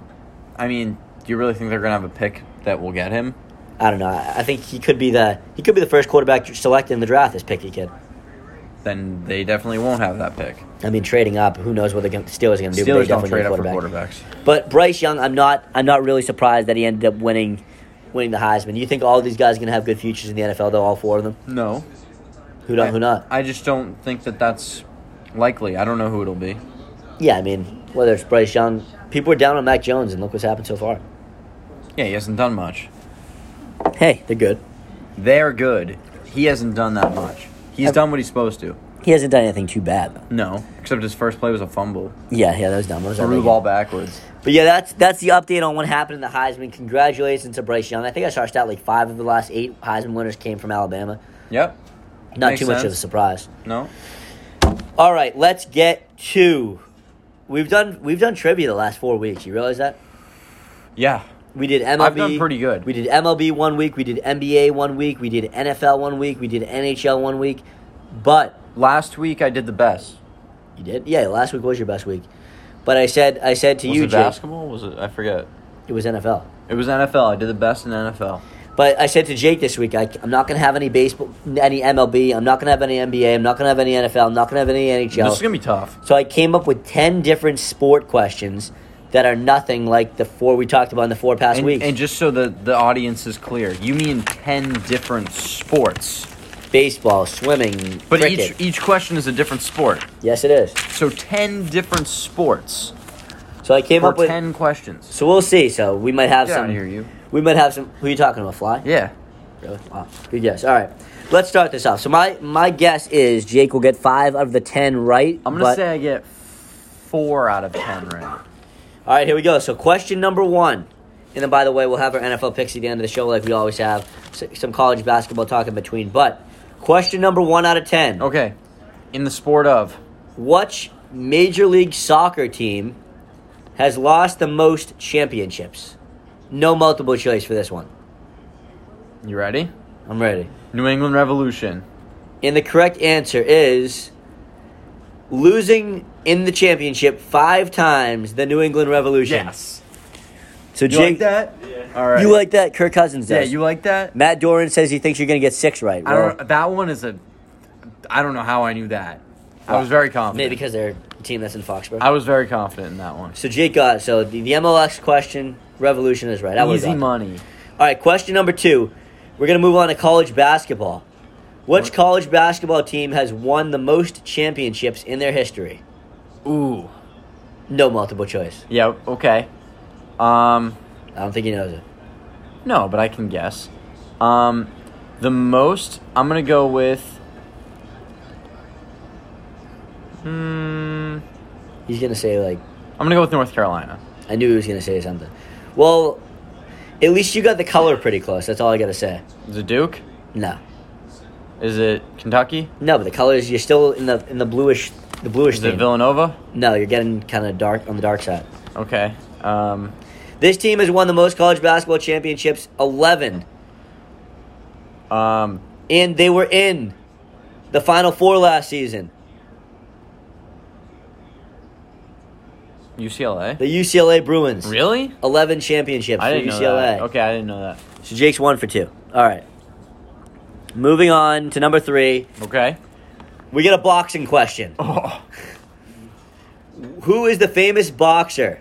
S1: I mean, do you really think they're gonna have a pick that will get him?
S2: I don't know. I I think he could be the he could be the first quarterback selected in the draft. This picky kid.
S1: Then they definitely won't have that pick.
S2: I mean, trading up. Who knows what they're gonna, the Steelers are going to do? but they
S1: Steelers don't
S2: definitely
S1: trade
S2: need a
S1: up for quarterbacks.
S2: But Bryce Young, I'm not. I'm not really surprised that he ended up winning, winning the Heisman. You think all these guys are going to have good futures in the NFL? Though all four of them.
S1: No,
S2: Who don't? Who not?
S1: I just don't think that that's likely. I don't know who it'll be.
S2: Yeah, I mean, whether it's Bryce Young, people are down on Mac Jones, and look what's happened so far.
S1: Yeah, he hasn't done much.
S2: Hey, they're good.
S1: They're good. He hasn't done that much. He's
S2: Have-
S1: done what he's supposed to.
S2: He hasn't done anything too bad. Though.
S1: No, except his first play was a fumble.
S2: Yeah, yeah, that was dumb. That was
S1: Threw
S2: ugly.
S1: ball backwards.
S2: But yeah, that's that's the update on what happened in the Heisman. Congratulations to Bryce Young. I think I saw a stat like five of the last eight Heisman winners came from Alabama.
S1: Yep.
S2: Not
S1: Makes
S2: too much of a
S1: sense.
S2: surprise.
S1: No.
S2: All right, let's get to. We've done we've done trivia the last four weeks. You realize that
S1: Yeah.
S2: we did MLB.
S1: I've done pretty good.
S2: We did MLB one week. We did NBA one week. We did NFL one week. We did NHL one week. But
S1: Last week I did the best.
S2: you did, yeah. Last week was your best week. But I said I said to
S1: Was
S2: you,
S1: it
S2: Jake,
S1: basketball? Was it? I forget.
S2: it was NFL.
S1: It was NFL. I did the best in NFL.
S2: But I said to Jake this week, I, I'm not gonna have any baseball, any MLB. I'm not gonna have any NBA. I'm not gonna have any NFL. I'm not gonna have any NHL.
S1: This is gonna be tough.
S2: So I came up with 10 different sport questions that are nothing like the four we talked about in the four past
S1: And,
S2: weeks.
S1: and just so the the audience is clear, you mean ten different sports,
S2: Baseball, swimming,
S1: but
S2: cricket.
S1: each each question is a different sport.
S2: yes, it is.
S1: So ten different sports
S2: So I came
S1: for
S2: up with.
S1: ten questions.
S2: So we'll see. So we might have
S1: Get
S2: some.
S1: outta here, you.
S2: We might have some. Who are you talking about? Fly?
S1: Yeah.
S2: Really? Wow. Good guess. All right. Let's start this off. So my my guess is Jake will get five out of the ten right.
S1: I'm gonna
S2: but-
S1: say I get four out of ten right.
S2: All right, here we go. So, question number one. And then, by the way, we'll have our NFL picks at the end of the show, like we always have. S- Some college basketball talk in between. But, question number one out of 10.
S1: Okay. In the sport of
S2: Which Major League Soccer team has lost the most championships? No multiple choice for this one.
S1: you ready?
S2: I'm ready.
S1: New England Revolution.
S2: And the correct answer is losing in the championship five times the New England Revolution. So,
S1: You like
S2: Jake,
S1: that? All right.
S2: you like that? Kirk Cousins
S1: Yeah,
S2: does.
S1: you like that?
S2: Matt Doran says he thinks you're going to get six right.
S1: I
S2: Well,
S1: don't. That one is a. I don't know how I knew that. I was very confident.
S2: Maybe because they're a team that's in Foxborough.
S1: I was very confident in that one.
S2: so Jake got so the, the MLS question revolution is right. I would've
S1: Easy
S2: got
S1: money.
S2: that. All right, question number two. We're gonna move on to college basketball. Which college basketball team has won the most championships in their history?
S1: Ooh.
S2: No multiple choice.
S1: Yeah. Okay. Um.
S2: I don't think he knows it.
S1: No, but I can guess. Um, the most I'm gonna go with. Hmm.
S2: He's gonna say like
S1: I'm gonna go with North Carolina.
S2: I knew he was gonna say something. Well, at least you got the color pretty close. That's all I gotta say.
S1: Is it Duke?
S2: No,
S1: Is it Kentucky?
S2: no, but the colors you're still in the in the bluish the bluish.
S1: Is it
S2: theme.
S1: Villanova?
S2: No, you're getting kind of dark on the dark side.
S1: Okay. Um,
S2: This team has won the most college basketball championships, 11.
S1: um,
S2: And they were in the Final Four last season.
S1: UCLA.
S2: The UCLA Bruins.
S1: Really?
S2: 11 championships
S1: I
S2: for
S1: didn't know
S2: UCLA.
S1: that. Okay, I didn't know that.
S2: So Jake's one for two. All right. Moving on to number three.
S1: Okay.
S2: We get a boxing question.
S1: Oh.
S2: Who is the famous boxer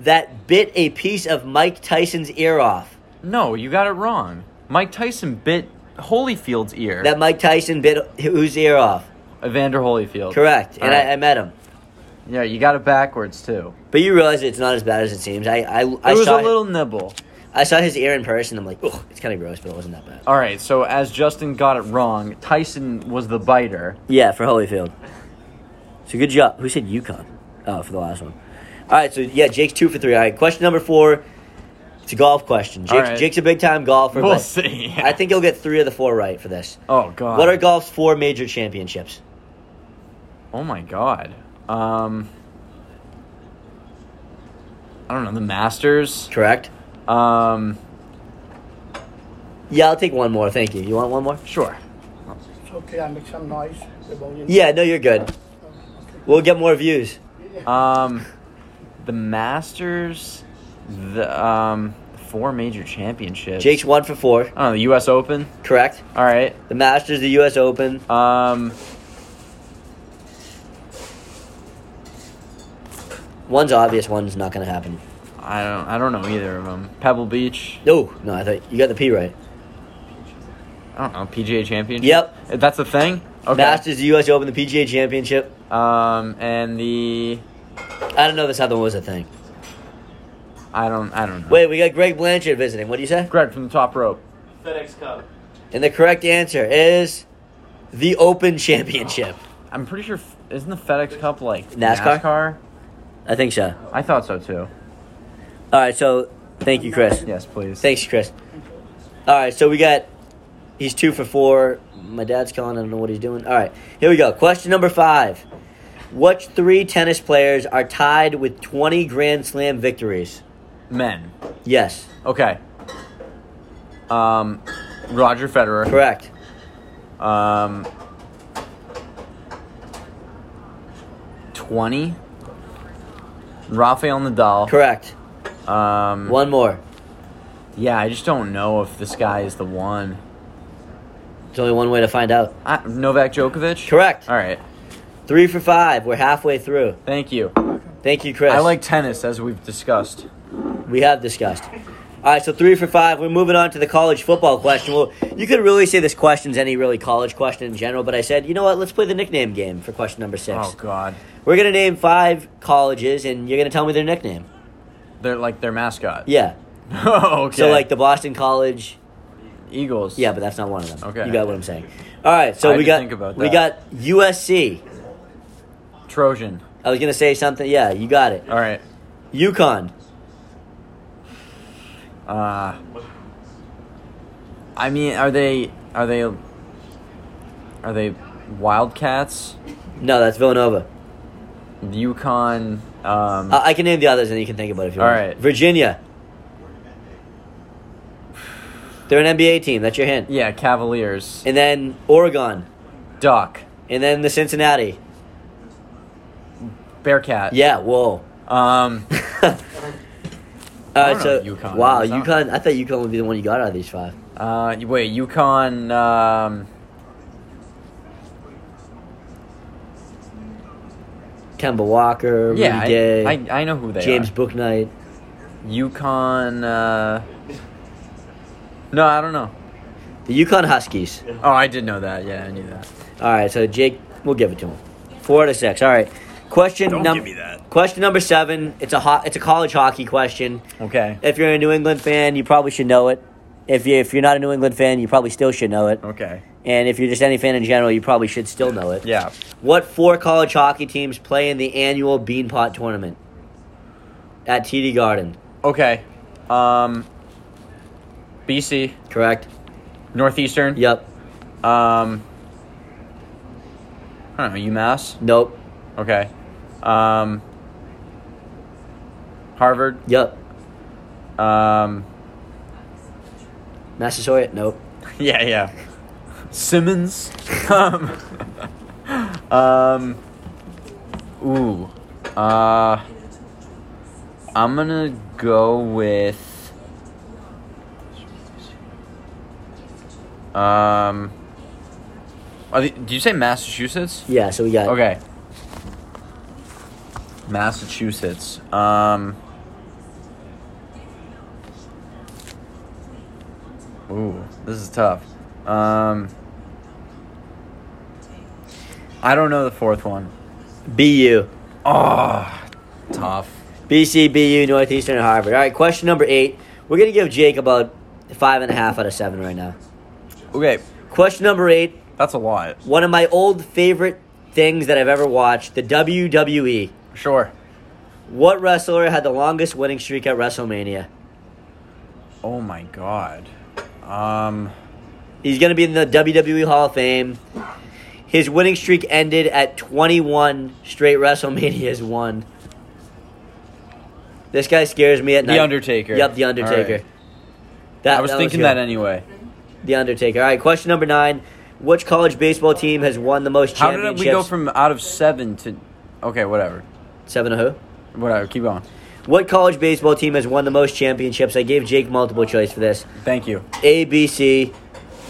S2: that bit a piece of Mike Tyson's ear off?
S1: No, you got it wrong. Mike Tyson bit Holyfield's ear.
S2: That Mike Tyson bit whose ear off?
S1: Evander Holyfield.
S2: Correct.
S1: All
S2: and
S1: right.
S2: I, I met him.
S1: Yeah, you got it backwards too.
S2: But you realize it's not as bad as it seems. I I, I
S1: It was a
S2: saw
S1: little nibble.
S2: I saw his ear in person. I'm like, ugh, it's kind of gross, but it wasn't that bad.
S1: All right, so as Justin got it wrong, Tyson was the biter.
S2: Yeah, for Holyfield. So good job. Who said UConn? Oh, for the last one. All right, so yeah, Jake's two for three. All right, question number four. It's a golf question.
S1: All
S2: Jake's,
S1: right.
S2: Jake's a big time golfer.
S1: We'll
S2: but
S1: see.
S2: I think he'll get three of the four right for this.
S1: Oh god.
S2: What are golf's four major championships?
S1: Oh my god. Um I don't know, the Masters.
S2: Correct.
S1: Um
S2: Yeah, I'll take one more. Thank you. You want one more?
S1: sure.
S3: It's okay, I make some noise about it.
S2: Yeah. No, you're good. We'll get more views.
S1: Um the Masters the um four major championships.
S2: Jake's one for four.
S1: I don't know, the US Open.
S2: Correct.
S1: All right.
S2: The Masters, the U.S. Open.
S1: Um
S2: One's obvious. One's not going to happen.
S1: I don't I don't know either of them. Pebble Beach.
S2: No, no. I thought you got the P right.
S1: I don't know, PGA Championship.
S2: Yep.
S1: That's a thing? Okay.
S2: Masters, the U.S. Open, the PGA Championship.
S1: Um and the
S2: I don't know if this other one was a thing.
S1: I don't I don't know.
S2: Wait, we got Greg Blanchard visiting. What do you say?
S1: Greg from the top rope.
S4: FedEx Cup.
S2: And the correct answer is the Open Championship.
S1: I'm pretty sure f- isn't the FedEx Cup like
S2: NASCAR? I think so.
S1: I thought so too.
S2: All right, so thank you, Chris.
S1: Yes, please.
S2: Thanks, Chris. All right, so we got he's two for four. My dad's calling. I don't know what he's doing. All right, here we go. Question number five: What three tennis players are tied with twenty Grand Slam victories?
S1: Men.
S2: Yes,
S1: Okay. Um, Roger Federer.
S2: correct.
S1: Um, twenty. Rafael Nadal.
S2: Correct.
S1: Um,
S2: One more.
S1: yeah, I just don't know if this guy is the one.
S2: There's only one way to find out.
S1: I, Novak Djokovic.
S2: Correct.
S1: All right.
S2: Three for five. We're halfway through.
S1: Thank you.
S2: Thank you, Chris.
S1: I like tennis as we've discussed.
S2: We have discussed. All right, so three for five. We're moving on to the college football question. Well, you could really say this question's any really college question in general, but I said, you know what? Let's play the nickname game for question number six.
S1: Oh God.
S2: We're gonna name five colleges, and you're gonna tell me their nickname.
S1: They're like their mascot.
S2: Yeah.
S1: oh, okay.
S2: So like the Boston College.
S1: Eagles.
S2: Yeah, but that's not one of them.
S1: Okay.
S2: You got what I'm saying. All right, so
S1: I
S2: we
S1: didn't
S2: got
S1: think about
S2: we
S1: that.
S2: got USC.
S1: Trojan.
S2: I was gonna say something. Yeah, you got it.
S1: All right.
S2: UConn.
S1: Uh, I mean, are they are they are they Wildcats?
S2: No, that's Villanova.
S1: Yukon. Um,
S2: I I can name the others, and you can think about it if you
S1: All
S2: want.
S1: right.
S2: Virginia. They're an NBA team. That's your hint.
S1: yeah, Cavaliers.
S2: And then Oregon.
S1: Duck.
S2: And then the Cincinnati.
S1: Bearcat.
S2: Yeah. Whoa.
S1: Um,
S2: All
S1: I
S2: right.
S1: don't
S2: So
S1: know UConn.
S2: wow,
S1: It's not-
S2: UConn. I thought UConn would be the one you got out of these five.
S1: uh, wait, Yukon. Um,
S2: Kemba Walker. Rudy
S1: yeah,
S2: Gay.
S1: I, I, I know who they
S2: James
S1: are.
S2: Booknight.
S1: Yukon. Uh, no, I don't know.
S2: The UConn Huskies.
S1: Oh, I did know that. Yeah, I knew that.
S2: All right. So Jake, we'll give it to him. Four out of six. All right. Question
S1: Don't
S2: number.
S1: give me that.
S2: Question number seven. It's a ho- It's a college hockey question.
S1: Okay.
S2: If you're a New England fan, you probably should know it. If you if you're not a New England fan, you probably still should know it.
S1: Okay.
S2: And if you're just any fan in general, you probably should still know it.
S1: Yeah.
S2: What four college hockey teams play in the annual Beanpot tournament at TD Garden?
S1: Okay. Um, BC.
S2: Correct.
S1: Northeastern.
S2: Yep.
S1: Um, I don't know. UMass.
S2: Nope.
S1: Okay. Um, Harvard.
S2: Yep.
S1: Um,
S2: Massasoit? Nope.
S1: yeah, yeah. Simmons. um, um, ooh. Uh, I'm gonna go with. Um, are the, did you say Massachusetts?
S2: Yeah. So we got.
S1: Okay. Massachusetts. Um. Ooh, this is tough. Um. I don't know the fourth one.
S2: BU,
S1: Oh, tough.
S2: BC, BU, Northeastern, and Harvard. All right. Question number eight. We're gonna give Jake about five and a half out of seven right now.
S1: Okay,
S2: Question number eight.
S1: that's a lot.
S2: One of my old favorite things that I've ever watched, the E. WWE.
S1: Sure.
S2: What wrestler had the longest winning streak at WrestleMania?
S1: Oh my god. Um,
S2: He's going to be in the WWE Hall of Fame. His winning streak ended at 21 straight WrestleManias won. This guy scares me at
S1: The
S2: night.
S1: Undertaker.
S2: Yep, The
S1: All
S2: Undertaker.
S1: right. I was thinking
S2: good.
S1: that anyway.
S2: The Undertaker. All right, question number nine. Which college baseball team has won the most
S1: How did
S2: championships?
S1: we go from out of seven to? Okay, whatever,
S2: Seven to who?
S1: whatever. Keep going.
S2: What college baseball team has won the most championships? I gave Jake multiple choice for this.
S1: Thank you.
S2: A, B, C,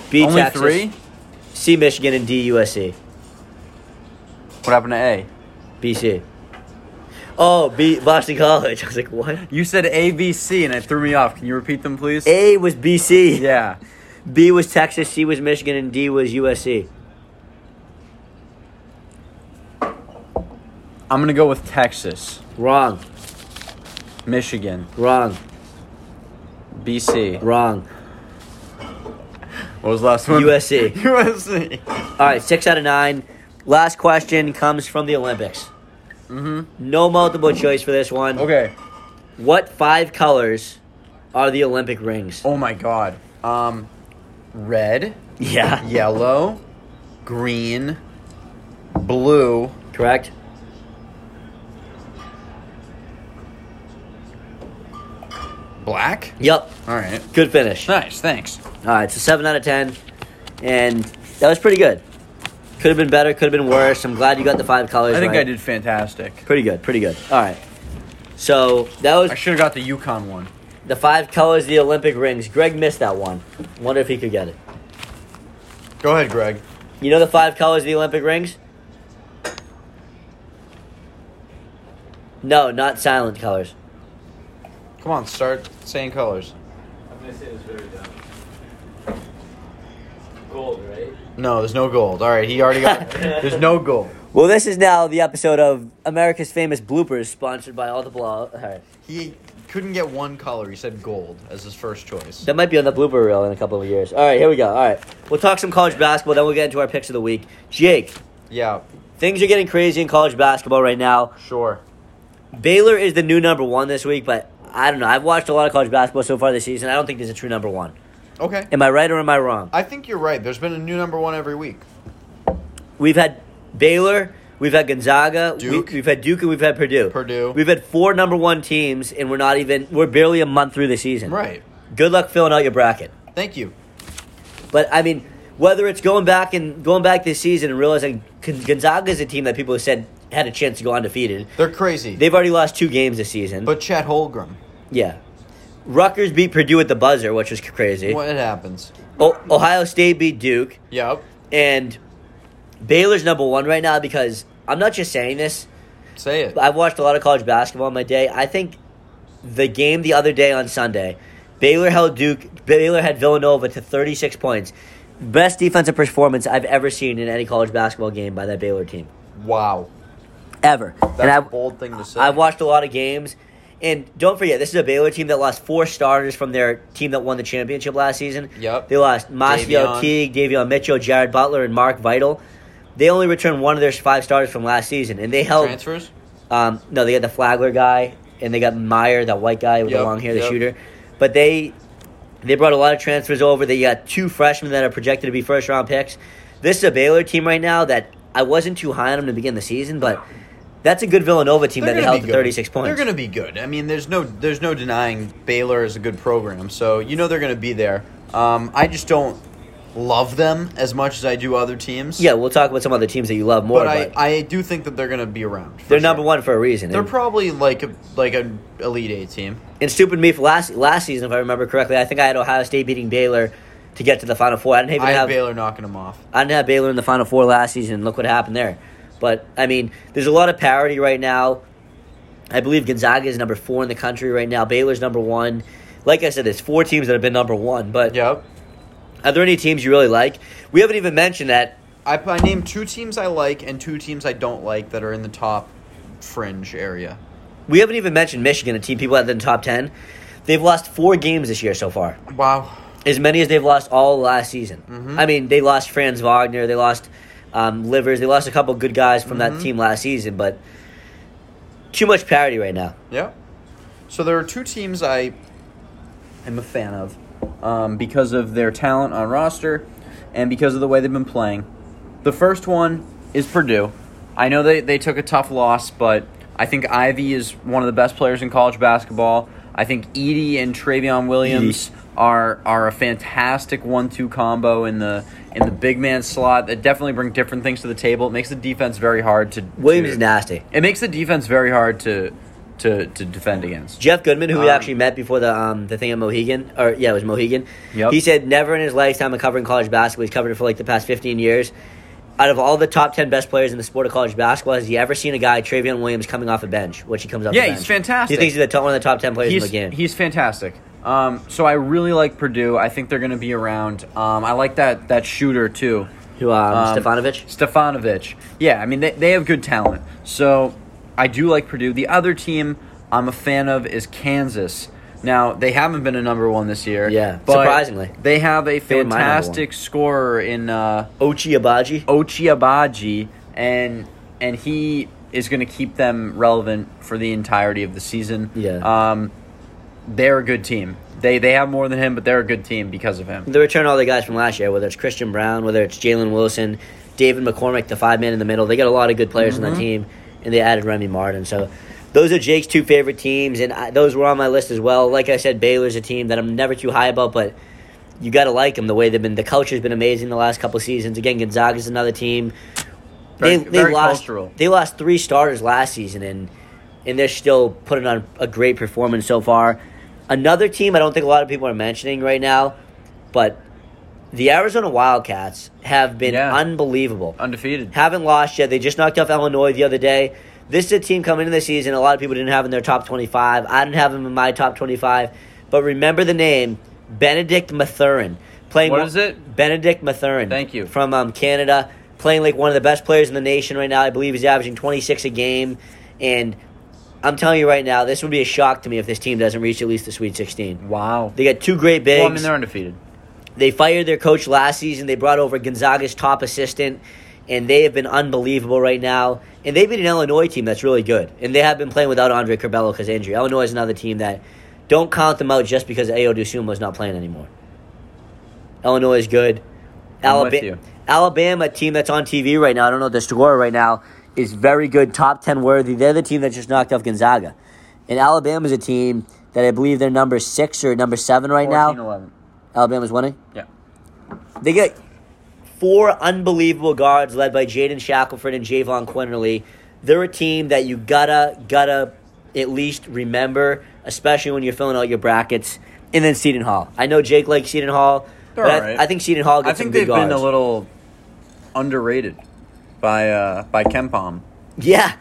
S2: B,
S1: Only
S2: Texas,
S1: three.
S2: C, Michigan, and D, USC.
S1: What happened to A?
S2: B, C. Oh, B, Boston College. I was like, what?
S1: You said A, B, C, and it threw me off. Can you repeat them, please?
S2: A was BC.
S1: Yeah.
S2: B was Texas. C was Michigan, and D was USC.
S1: I'm gonna go with Texas,
S2: Wrong.
S1: Michigan,
S2: Wrong.
S1: BC.
S2: Wrong.
S1: What was the last one?
S2: USC.
S1: USC.
S2: All right, six out of nine. Last question comes from the Olympics.
S1: Mm-hmm.
S2: No multiple choice for this one.
S1: Okay.
S2: What five colors are the Olympic rings?
S1: Oh my God. Um, red,
S2: Yeah.
S1: yellow, green, blue.
S2: Correct?
S1: Black?
S2: Yep.
S1: All right.
S2: Good finish. All
S1: Nice, thanks.
S2: right, so seven out of ten. And that was pretty good. Could have been better, could have been worse. I'm glad you got the five colors.
S1: I think
S2: right.
S1: I did fantastic.
S2: Pretty good, pretty good. All right. So that was
S1: I should have got the Yukon one.
S2: the five colors of the Olympic rings. Greg missed that one. Wonder if he could get it.
S1: Go ahead, Greg.
S2: You know the five colors of the Olympic rings? No, not silent colors.
S1: Come on, start saying colors.
S4: I'm gonna say this very dumb. Gold, right?
S1: No, there's no gold. All right, he already got. there's no gold.
S2: Well, this is now the episode of America's Famous Bloopers, sponsored by all the blah. All right.
S1: He couldn't get one color. He said gold as his first choice.
S2: That might be on the blooper reel in a couple of years. All right, here we go. All right, we'll talk some college basketball, then we'll get into our picks of the week. Jake,
S1: Yeah,
S2: things are getting crazy in college basketball right now.
S1: sure.
S2: Baylor is the new number one this week, but I don't know. I've watched a lot of college basketball so far this season. I don't think there's a true number one.
S1: Okay.
S2: Am I right or am I wrong?
S1: I think you're right. There's been a new number one every week.
S2: We've had Baylor, we've had Gonzaga,
S1: Duke.
S2: We, have had Duke, and we've had Purdue.
S1: Purdue.
S2: We've had four number one teams, and we're not even. We're barely a month through the season.
S1: Right.
S2: Good luck filling out your bracket.
S1: Thank you.
S2: But I mean, whether it's going back and going back this season and realizing Gon- Gonzaga is a team that people have said had a chance to go undefeated.
S1: They're crazy.
S2: They've already lost two games this season.
S1: but Chet Holgram,
S2: yeah, Rutgers beat Purdue at the buzzer, which was c- crazy.
S1: what happens?
S2: O- Ohio State beat Duke,
S1: Yep.
S2: and Baylor's number one right now because I'm not just saying this.
S1: Say it.
S2: I've watched a lot of college basketball in my day. I think the game the other day on Sunday, Baylor held Duke. Baylor had Villanova to 36 points. Best defensive performance I've ever seen in any college basketball game by that Baylor team
S1: Wow.
S2: ever.
S1: That's
S2: and
S1: a
S2: I've,
S1: bold thing to say.
S2: I've watched a lot of games, and don't forget this is a Baylor team that lost four starters from their team that won the championship last season.
S1: Yep.
S2: They lost Masio
S1: Davion.
S2: Teague, Davion Mitchell, Jared Butler, and Mark Vital. They only returned one of their five starters from last season, and they held
S1: Transfers?
S2: um, no, they got the Flagler guy, and they got Meyer, that white guy with the
S1: Yep,
S2: long hair, the
S1: yep.
S2: shooter. But they they brought a lot of transfers over. They got two freshmen that are projected to be first round picks. This is a Baylor team right now that I wasn't too high on them to begin the season, but that's a good Villanova team
S1: They're
S2: that they
S1: gonna
S2: held
S1: be
S2: to
S1: good.
S2: thirty six points.
S1: They're going to be good. I mean, there's no there's no denying Baylor is a good program, so you know they're going to be there. Um, I just don't love them as much as I do other teams.
S2: yeah, we'll talk about some other teams that you love more,
S1: but,
S2: but,
S1: I, I do think that they're going to be around. for
S2: they're
S1: sure.
S2: number one for a reason.
S1: They're
S2: And,
S1: probably like a like an elite eight team.
S2: and stupid me for last last season, if I remember correctly, I think I had Ohio State beating Baylor to get to the Final Four. I didn't even
S1: I had
S2: have
S1: Baylor knocking them off.
S2: I didn't have Baylor in the Final Four last season. and Look what happened there. But I mean, there's a lot of parity right now. I believe Gonzaga is number four in the country right now. Baylor's number one. Like I said, there's four teams that have been number one. But
S1: Yep.
S2: are there any teams you really like? We haven't even mentioned that.
S1: I, I named two teams I like and two teams I don't like that are in the top fringe area.
S2: We haven't even mentioned Michigan, a team people had in the top ten. They've lost four games this year so far,
S1: Wow.
S2: as many as they've lost all last season. I mean, they lost Franz Wagner, they lost um, Livers, they lost a couple good guys from that team last season, but too much parity right now.
S1: Yeah. So there are two teams I am a fan of um, because of their talent on roster and because of the way they've been playing. The first one is Purdue. I know they, they took a tough loss, but I think Ivy is one of the best players in college basketball. I think Edie and Travion Williams are are a fantastic one-two combo in the in the big man slot that definitely bring different things to the table. It makes the defense very hard to
S2: Williams
S1: to-
S2: is nasty.
S1: It makes the defense very hard to to to defend against.
S2: Jeff Goodman, who we
S1: Um,
S2: actually met before the um, the thing at Mohegan, or yeah, it was Mohegan.
S1: Yep.
S2: He said never in his lifetime of covering college basketball, he's covered it for like the past fifteen years. Out of all the top ten best players in the sport of college basketball, has he ever seen a guy Travion Williams coming off a bench? Which he comes off.
S1: Yeah,
S2: the
S1: he's
S2: bench?
S1: fantastic.
S2: He thinks he's the top, one of the top ten players
S1: he's,
S2: in the game.
S1: He's fantastic. Um, so I really like Purdue. I think they're going to be around. Um, I like that that shooter too,
S2: who um,
S1: um,
S2: Stefanovic?
S1: Stefanovic. Yeah, I mean they they have good talent. So I do like Purdue. The other team I'm a fan of is Kansas. Now they haven't been a number one this year.
S2: Yeah,
S1: but
S2: surprisingly.
S1: they have a
S2: were my number one.
S1: fantastic scorer in. Uh,
S2: Ochi Abaji.
S1: Ochiabaji, and and he is going to keep them relevant for the entirety of the season.
S2: Yeah.
S1: Um, they're a good team. They they have more than him, but they're a good team because of him.
S2: They return all the guys from last year, whether it's Christian Brown, whether it's Jalen Wilson, David McCormick, the five man in the middle. They got a lot of good players
S1: Mm-hmm.
S2: on the team, and they added Remy Martin. So those are Jake's two favorite teams, and I, those were on my list as well. Like I said, Baylor's a team that I'm never too high about, but you got to like them the way they've been. The culture's been amazing the last couple seasons. Again, Gonzaga's another team.
S1: Very-
S2: They, they
S1: very
S2: lost.
S1: cultural.
S2: They lost three starters last season, and and they're still putting on a great performance so far. Another team I don't think a lot of people are mentioning right now, but the Arizona Wildcats have been
S1: Yeah.
S2: unbelievable.
S1: Undefeated.
S2: Haven't lost yet. They just knocked off Illinois the other day. This is a team coming into the season a lot of people didn't have in their top 25. I didn't have him in my top 25. But remember the name Benedict Mathurin. Playing
S1: What
S2: one-
S1: is it?
S2: Benedict Mathurin.
S1: Thank you.
S2: From um, Canada. Playing like one of the best players in the nation right now. I believe he's averaging 26 a game. And I'm telling you right now, this would be a shock to me if this team doesn't reach at least the Sweet 16.
S1: Wow.
S2: They got two great bigs.
S1: Well, I mean they're undefeated.
S2: They fired their coach last season. They brought over Gonzaga's top assistant, and they have been unbelievable right now. And they've been an Illinois team that's really good. And they have been playing without Andre Corbello because injury. Illinois is another team that don't count them out just because Ayo Dusuma is not playing anymore. Illinois is good.
S1: I'm with
S2: Alaba-
S1: you.
S2: Alabama, a team that's on TV right now, I don't know the score right now, is very good, top 10 worthy. They're the team that just knocked off Gonzaga. And Alabama's a team that I believe they're number six or number seven right
S1: 14,
S2: now.
S1: 11.
S2: Alabama's winning.
S1: Yeah.
S2: They got four unbelievable guards led by Jaden Shackelford and Javon Quinterly. They're a team that you gotta gotta at least remember, especially when you're filling out your brackets. And then Seton Hall. I know Jake likes Seton Hall,
S1: They're
S2: but I,
S1: alright.
S2: I think Seton Hall
S1: I
S2: gets some
S1: think
S2: good
S1: they've
S2: guards.
S1: been a little underrated by uh, by Kempom.
S2: Yeah,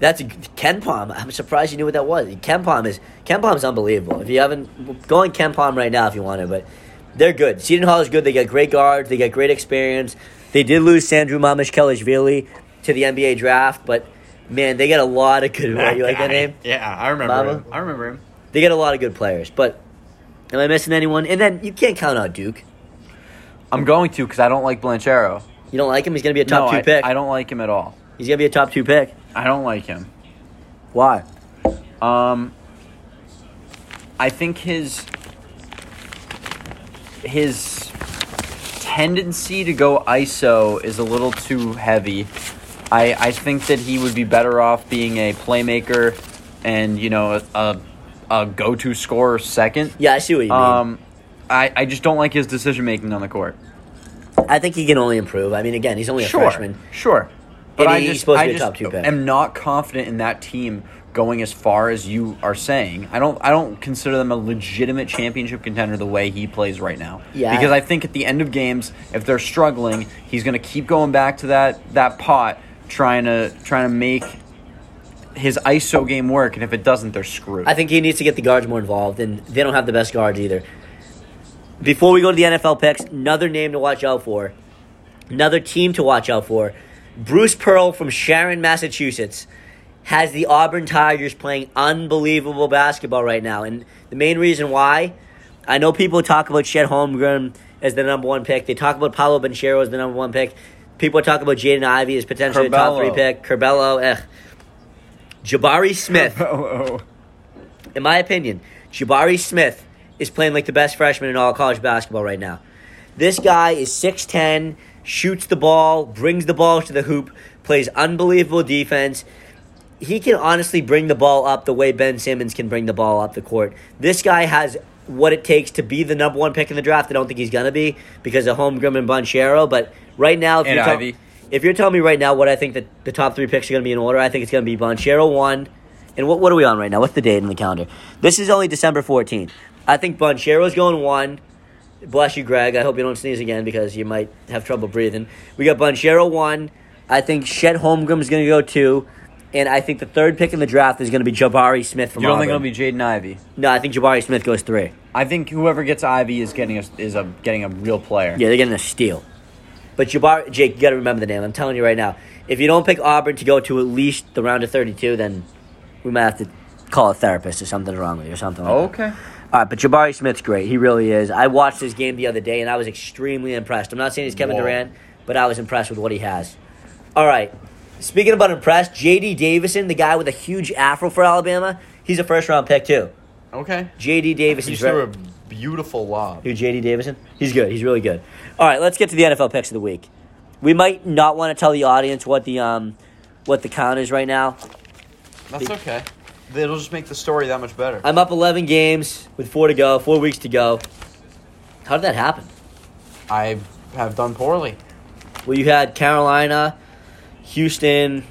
S2: that's a, Ken Palm. I'm surprised you knew what that was. Ken Palm is Ken Palm's unbelievable. If you haven't, go on Ken Palm right now if you want to. But they're good. Seton Hall is good. They got great guards. They got great experience. They did lose Sandro Mamishkelishvili to the NBA draft, but man, they got a lot of good. you like that name?
S1: Yeah, I remember.
S2: Mama?
S1: Him. I remember him.
S2: They got a lot of good players. But am I missing anyone? And then you can't count out Duke.
S1: I'm going to because I don't like Blanchero.
S2: You don't like him. He's going to be a top
S1: no,
S2: two
S1: I,
S2: pick.
S1: I don't like him at all.
S2: He's going to be a top two pick.
S1: I don't like him.
S2: Why?
S1: Um, I think his his tendency to go ISO is a little too heavy. I I think that he would be better off being a playmaker and you know a a go to scorer second.
S2: Yeah, I see what you mean.
S1: Um, I I just don't like his decision making on the court.
S2: I think he can only improve. I mean, again, he's only a
S1: sure,
S2: freshman.
S1: sure. But
S2: And
S1: I
S2: he's
S1: just
S2: supposed to
S1: I
S2: be a
S1: just
S2: top two pick.
S1: am not confident in that team going as far as you are saying. I don't I don't consider them a legitimate championship contender the way he plays right now.
S2: Yeah.
S1: Because I think at the end of games, if they're struggling, he's going to keep going back to that that pot trying to trying to make his ISO game work, and if it doesn't, they're screwed.
S2: I think he needs to get the guards more involved, and they don't have the best guards either. Before we go to the NFL picks, another name to watch out for, another team to watch out for. Bruce Pearl from Sharon, Massachusetts, has the Auburn Tigers playing unbelievable basketball right now. And the main reason why, I know people talk about Chet Holmgren as the number one pick. They talk about Paolo Banchero as the number one pick. People talk about Jaden Ivey as potentially the top three
S1: Curbelo.
S2: pick. Curbelo, eh. Jabari Smith
S1: oh, oh.
S2: in my opinion, Jabari Smith is playing like the best freshman in all college basketball right now. This guy is 6'10, shoots the ball, brings the ball to the hoop, plays unbelievable defense. He can honestly bring the ball up the way Ben Simmons can bring the ball up the court. This guy has what it takes to be the number one pick in the draft. I don't think he's going to be because of Holmgren and Banchero, but right now, if
S5: And
S2: you're tell-
S5: Ivy.
S2: if you're telling me right now what I think that the top three picks are going to be in order, I think it's going to be Bonchero one. And what, what are we on right now? What's the date in the calendar? This is only December 14th. I think Bonchero's going one. Bless you, Greg. I hope you don't sneeze again because you might have trouble breathing. We got Bonchero one. I think Shet Holmgren is going to go two. And I think the third pick in the draft is going to be Jabari Smith from
S5: You don't think it'll
S2: Auburn.
S5: be Jaden Ivy?
S2: No, I think Jabari Smith goes three.
S5: I think whoever gets Ivy is getting a, is a getting a real player.
S2: Yeah, they're getting a steal. But Jabari, Jake, you got to remember the name. I'm telling you right now. If you don't pick Auburn to go to at least the round of 32, then we might have to call a therapist or something wrong with you or something. Like
S5: Okay.
S2: That. All right, but Jabari Smith's great. He really is. I watched this game the other day and I was extremely impressed. I'm not saying he's Kevin
S5: Whoa.
S2: Durant, but I was impressed with what he has. All right. Speaking about impressed, J.D. Davison, the guy with a huge afro for Alabama, he's a first round pick too.
S5: Okay.
S2: J.D. Davison.
S1: He threw a beautiful lob.
S2: Who, JD Davison? He's good. He's really good. All right, let's get to the NFL picks of the week. We might not want to tell the audience what the um, what the count is right now.
S1: That's okay. It'll just make the story that much better.
S2: I'm up 11 games with four to go, four weeks to go. How did that happen?
S1: I have done poorly.
S2: Well, you had Carolina, Houston,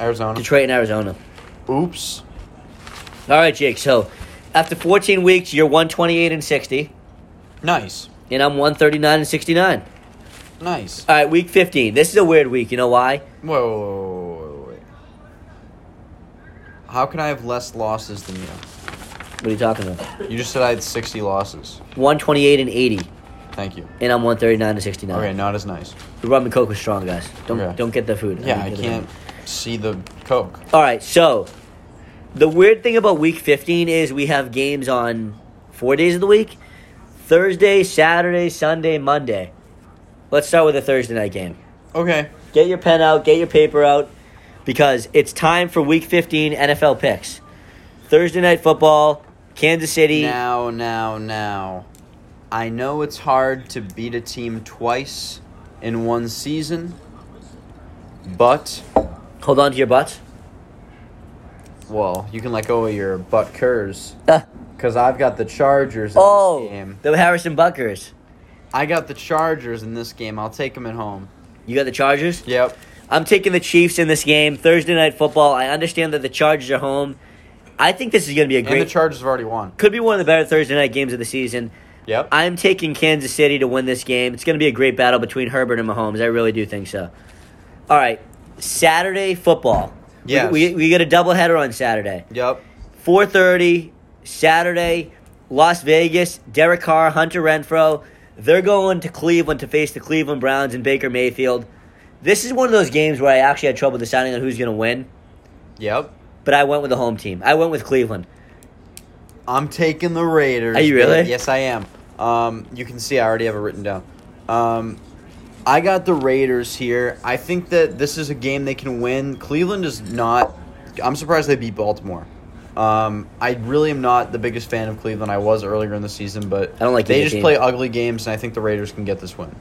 S1: Arizona.
S2: Detroit, and Arizona.
S1: Oops.
S2: All right, Jake. So after 14 weeks, you're 128 and 60,
S1: Nice.
S2: and I'm 139 and 69.
S1: Nice.
S2: All right, week 15. This is a weird week. You know why?
S1: Whoa, whoa, whoa, whoa, whoa, wait. How can I have less losses than you?
S2: What are you talking about?
S1: You just said I had 60 losses.
S2: 128 and 80,
S1: Thank you.
S2: and I'm 139 and 69.
S1: Okay, not as nice.
S2: The rum and coke was strong, guys. Don't
S1: Okay.
S2: don't get the food.
S1: Yeah, I
S2: Get the
S1: can't
S2: food.
S1: see the Coke.
S2: All right, so the weird thing about week fifteen is we have games on four days of the week: Thursday, Saturday, Sunday, Monday. Let's start with the Thursday night game.
S1: Okay.
S2: Get your pen out, get your paper out, because it's time for week fifteen NFL picks. Thursday night football, Kansas City.
S1: Now, now, now. I know it's hard to beat a team twice in one season, but,
S2: Hold on to your butts.
S1: well, you can let go of your butt curs.
S2: Ah.
S1: Because I've got the Chargers in
S2: Oh,
S1: this game.
S2: the Harrison Buckers.
S1: I got the Chargers in this game. I'll take them at home.
S2: You got the Chargers.
S1: Yep.
S2: I'm taking the Chiefs in this game. Thursday night football. I understand that the Chargers are home. I think this is going to be a
S1: And the
S2: great.
S1: Chargers have already won.
S2: could be one of the better Thursday night games of the season.
S1: Yep.
S2: I'm taking Kansas City to win this game. It's going to be a great battle between Herbert and Mahomes. I really do think so. All right, Saturday football. We-
S1: Yes.
S2: We, we, get a doubleheader on Saturday.
S1: yep.
S2: 4:30 Saturday, Las Vegas. Derek Carr, Hunter Renfro. They're going to Cleveland to face the Cleveland Browns and Baker Mayfield. This is one of those games where I actually had trouble deciding on who's going to win,
S1: Yep.
S2: but I went with the home team. I went with Cleveland.
S1: I'm taking the Raiders.
S2: Are you
S1: baby.
S2: really?
S1: Yes, I am. Um, you can see I already have it written down. Um, I got the Raiders here. I think that this is a game they can win. Cleveland is not. I'm surprised they beat Baltimore. Um, I really am not the biggest fan of Cleveland. I was earlier in the season, but
S2: I don't like
S1: they
S2: either
S1: just
S2: team.
S1: play ugly games, and I think the Raiders can get this win.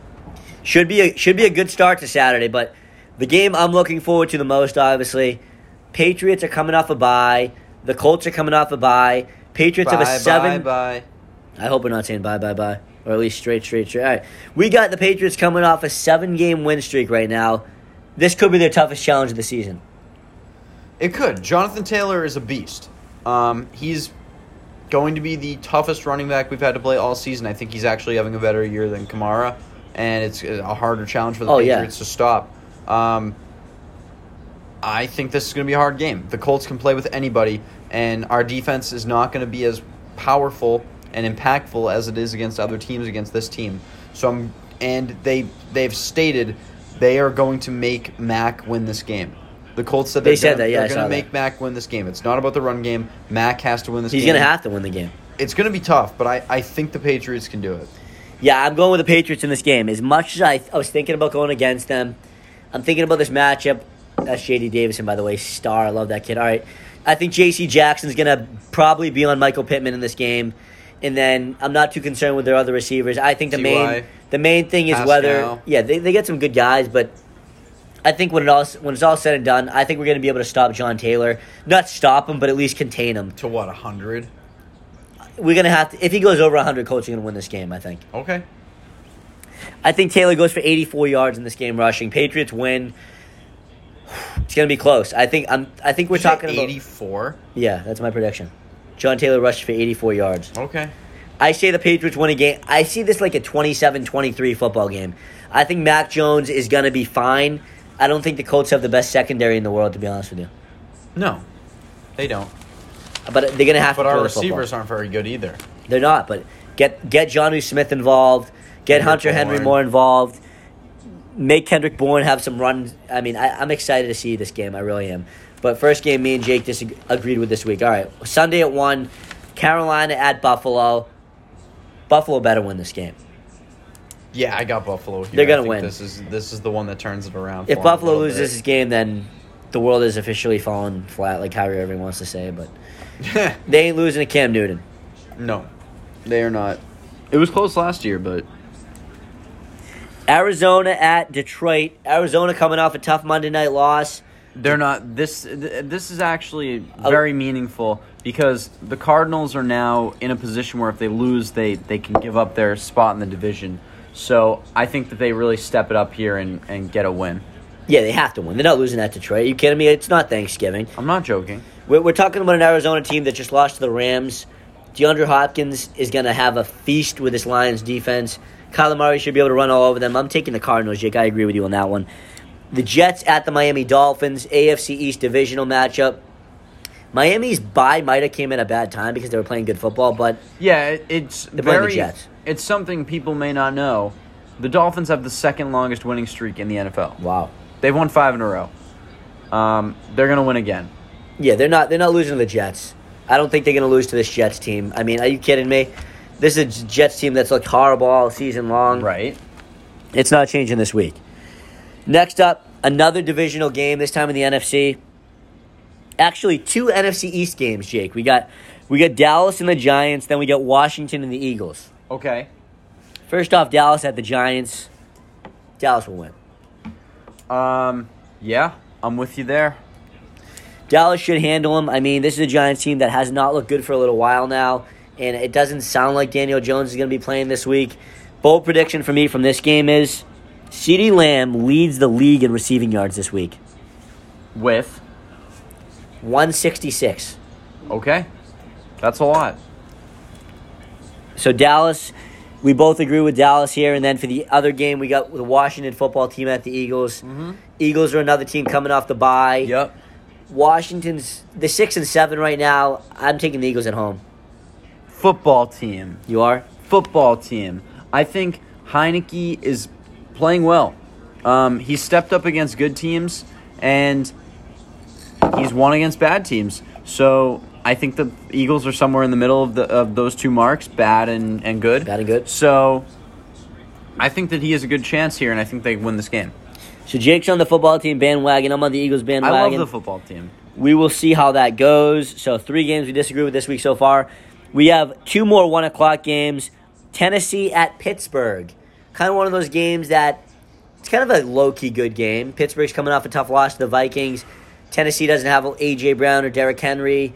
S2: Should be a, should be a good start to Saturday, but the game I'm looking forward to the most, obviously, Patriots are coming off a bye. The Colts are coming off a bye. Patriots have
S1: Bye,
S2: a seven.
S1: Bye, bye.
S2: I hope we're not saying bye, bye, bye. Or at least straight, straight, straight. All right. We got the Patriots coming off a seven game win streak right now. This could be their toughest challenge of the season.
S1: It could. Jonathan Taylor is a beast. Um, he's going to be the toughest running back we've had to play all season. I think he's actually having a better year than Kamara, and it's a harder challenge for the
S2: Oh, yeah.
S1: Patriots to stop. Um, I think this is going to be a hard game. The Colts can play with anybody, and our defense is not going to be as powerful and impactful as it is against other teams against this team. So I'm, and they they've stated they are going to make Mac win this game. The Colts said
S2: They
S1: they're
S2: said
S1: gonna-
S2: that, yeah, I
S1: they're
S2: saw
S1: going
S2: that.
S1: to make Mac win this game. It's not about the run game. Mac has to win this
S2: He's
S1: game.
S2: going to have to win the game.
S1: It's going to be tough, but I, I think the Patriots can do it.
S2: Yeah, I'm going with the Patriots in this game. As much as I, I was thinking about going against them, I'm thinking about this matchup. That's JD Davison, by the way, star. I love that kid. All right, I think J.C. Jackson's going to probably be on Michael Pittman in this game. And then I'm not too concerned with their other receivers. I think the
S6: T.Y.,
S2: main the main thing is
S6: Pascal.
S2: whether yeah they, they get some good guys, but I think when it all when it's all said and done, I think we're going to be able to stop John Taylor. Not stop him, but at least contain him.
S6: To what, 100?
S2: We're going to have to if he goes over 100, Colts are going to win this game. I think.
S6: Okay.
S2: I think Taylor goes for 84 yards in this game rushing. Patriots win. It's going to be close. I think I'm I think we're
S6: Did you say
S2: talking about
S6: 84.
S2: Yeah, that's my prediction. John Taylor rushed for 84 yards.
S6: Okay.
S2: I say the Patriots win a game. I see this like a 27-23 football game. I think Mac Jones is going to be fine. I don't think the Colts have the best secondary in the world to be honest with you.
S6: No, they don't.
S2: But they're going to have
S6: But
S2: to throw
S6: our
S2: the
S6: receivers
S2: football.
S6: aren't very good either.
S2: They're not, but get get Johnny Smith involved, get
S6: Kendrick
S2: Hunter Henry
S6: Bourne.
S2: more involved. Make Kendrick Bourne have some run. I mean, I, I'm excited to see this game. I really am. But first game, me and Jake disagreed agreed with this week. All right, Sunday at one, Carolina at Buffalo. Buffalo better win this game.
S6: Yeah, I got Buffalo here.
S2: They're gonna
S6: I think
S2: win.
S6: This is this is the one that turns it around.
S2: If
S6: for 'em a
S2: Buffalo
S6: little
S2: loses this
S6: bit.
S2: game, then the world is officially falling flat, like Kyrie Irving wants to say. But they ain't losing to Cam Newton.
S6: no, they are not.
S1: It was close last year, but
S2: Arizona at Detroit. Arizona coming off a tough Monday night loss.
S1: They're not. This th- this is actually very meaningful because the Cardinals are now in a position where if they lose, they they can give up their spot in the division. So I think that they really step it up here and, and get a win.
S2: Yeah, they have to win. They're not losing at Detroit. Are you kidding me? It's not Thanksgiving.
S1: I'm not joking.
S2: We're, we're talking about an Arizona team that just lost to the Rams. DeAndre Hopkins is going to have a feast with this Lions defense. Kyler Murray should be able to run all over them. I'm taking the Cardinals, Jake. I agree with you on that one. The Jets at the Miami Dolphins, AFC East divisional matchup. Miami's bye might have came at a bad time because they were playing good football, but
S1: Yeah, it, it's
S2: playing the
S1: very.
S2: Jets.
S1: It's something people may not know. The Dolphins have the second longest winning streak in the NFL.
S2: wow.
S1: They've won five in a row. Um, they're gonna win again.
S2: Yeah, they're not they're not losing to the Jets. I don't think they're going to lose to this Jets team. I mean, are you kidding me? This is a Jets team that's looked horrible all season long.
S1: Right.
S2: It's not changing this week. Next up, another divisional game this time in the NFC. Actually, two NFC East games, Jake. We got we got Dallas and the Giants, then we got Washington and the Eagles.
S1: Okay.
S2: First off, Dallas at the Giants. Dallas will win.
S1: Um. Yeah, I'm with you there.
S2: Dallas should handle him. I mean, this is a Giants team that has not looked good for a little while now, and it doesn't sound like Daniel Jones is going to be playing this week. Bold prediction for me from this game is CeeDee Lamb leads the league in receiving yards this week.
S1: With
S2: 166.
S1: okay, that's a lot.
S2: So Dallas, we both agree with Dallas here. And then for the other game, we got the Washington football team at the Eagles. Eagles are another team coming off the bye.
S1: Yep.
S2: Washington's the six and seven right now. I'm taking the Eagles at home.
S1: Football team.
S2: You are?
S1: Football team. I think Heineke is playing well. Um, he stepped up against good teams and he's won against bad teams. So I think the Eagles are somewhere in the middle of the of those two marks, bad and, and good.
S2: Bad and good.
S1: So I think that he has a good chance here and I think they win this game.
S2: So Jake's on the football team bandwagon. I'm on the Eagles
S1: I
S2: bandwagon.
S1: love the football team.
S2: we will see how that goes. So three games we disagree with this week so far. We have two more one o'clock games. Tennessee at Pittsburgh. Kind of one of those games that it's kind of a low key good game. Pittsburgh's coming off a tough loss to the Vikings. Tennessee doesn't have AJ Brown or Derrick Henry.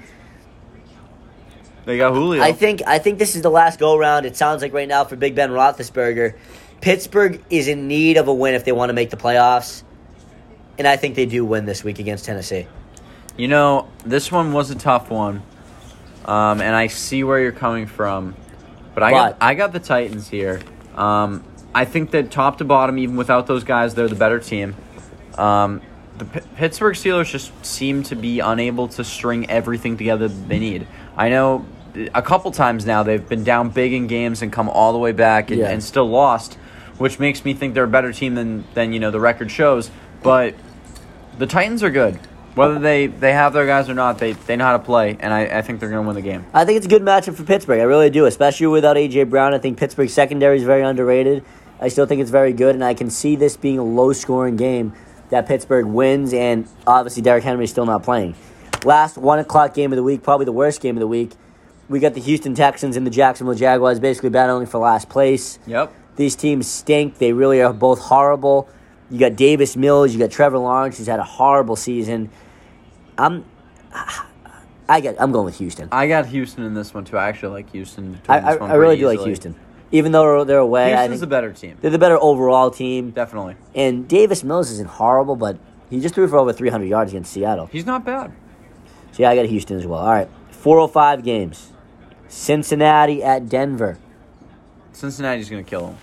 S1: They got Julio.
S2: I think I think this is the last go round. It sounds like right now for Big Ben Roethlisberger, Pittsburgh is in need of a win if they want to make the playoffs, and I think they do win this week against Tennessee.
S1: You know, this one was a tough one, um, and I see where you're coming from, but I got
S2: But-
S1: I got the Titans here. Um, I think that top to bottom, even without those guys, they're the better team. Um, the P- Pittsburgh Steelers just seem to be unable to string everything together that they need. I know a couple times now they've been down big in games and come all the way back and,
S2: Yeah.
S1: and still lost, which makes me think they're a better team than than you know the record shows. But the Titans are good. Whether they, they have their guys or not, they, they know how to play, and I, I think they're going to win the game.
S2: I think it's a good matchup for Pittsburgh. I really do, especially without AJ Brown. I think Pittsburgh's secondary is very underrated. I still think it's very good, and I can see this being a low scoring game that Pittsburgh wins, and obviously Derrick Henry's still not playing. Last one o'clock game of the week, probably the worst game of the week. We got the Houston Texans and the Jacksonville Jaguars basically battling for last place.
S1: Yep.
S2: These teams stink. They really are both horrible. You got Davis Mills. You got Trevor Lawrence, who's had a horrible season. I'm, I get. I'm going with Houston.
S1: I got Houston in this one too. I actually like Houston. to
S2: I,
S1: win
S2: I,
S1: this one
S2: I really
S1: pretty
S2: do like
S1: easily.
S2: Houston, even though they're, they're away. I
S1: Houston's
S2: think
S1: the better team,
S2: they're the better overall team.
S1: definitely.
S2: And Davis Mills isn't horrible, but he just threw for over 300 yards against Seattle.
S1: He's not bad.
S2: So yeah, I got Houston as well. All right, 405 games. Cincinnati at Denver.
S1: Cincinnati's gonna kill them.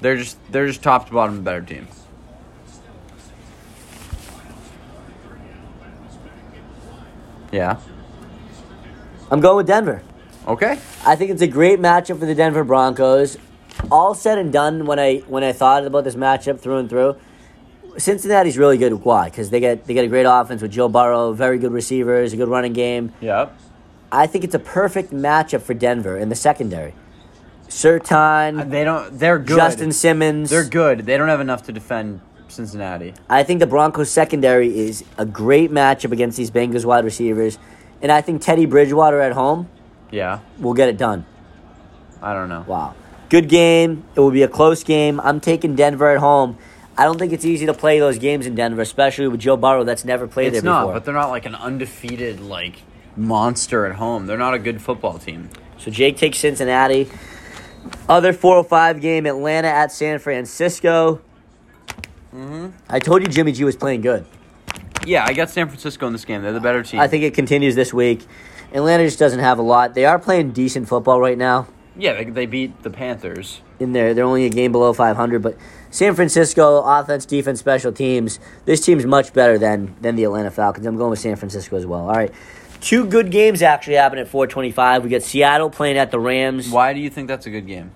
S1: They're just they're just top to bottom better team. Yeah.
S2: I'm going with Denver.
S1: Okay.
S2: I think it's a great matchup for the Denver Broncos. All said and done, when I when I thought about this matchup through and through, Cincinnati's really good. Why? Because they get they get a great offense with Joe Burrow, very good receivers, a good running game.
S1: Yep.
S2: I think it's a perfect matchup for Denver in the secondary. Sertan,
S1: They don't. They're good.
S2: Justin Simmons.
S1: They're good. They don't have enough to defend Cincinnati.
S2: I think the Broncos secondary is a great matchup against these Bengals wide receivers, and I think Teddy Bridgewater at home
S1: Yeah.
S2: will get it done.
S1: I don't know.
S2: Wow, good game. It will be a close game. I'm taking Denver at home. I don't think it's easy to play those games in Denver, especially with Joe Burrow that's never played
S1: It's
S2: there
S1: not,
S2: before.
S1: but they're not like an undefeated like monster at home. They're not a good football team.
S2: so Jake takes Cincinnati. Other 405 game, Atlanta at San Francisco.
S1: Mm-hmm.
S2: I told you Jimmy G was playing good.
S1: Yeah, I got San Francisco in this game. They're the better team.
S2: I think it continues this week. Atlanta just doesn't have a lot. They are playing decent football right now.
S1: Yeah, they, they beat the Panthers.
S2: in there. They're only a game below 500, but San Francisco offense, defense, special teams. This team's much better than than the Atlanta Falcons. I'm going with San Francisco as well. All right, two good games actually happen at 4:25. We got Seattle playing at the Rams.
S1: Why do you think that's a good game?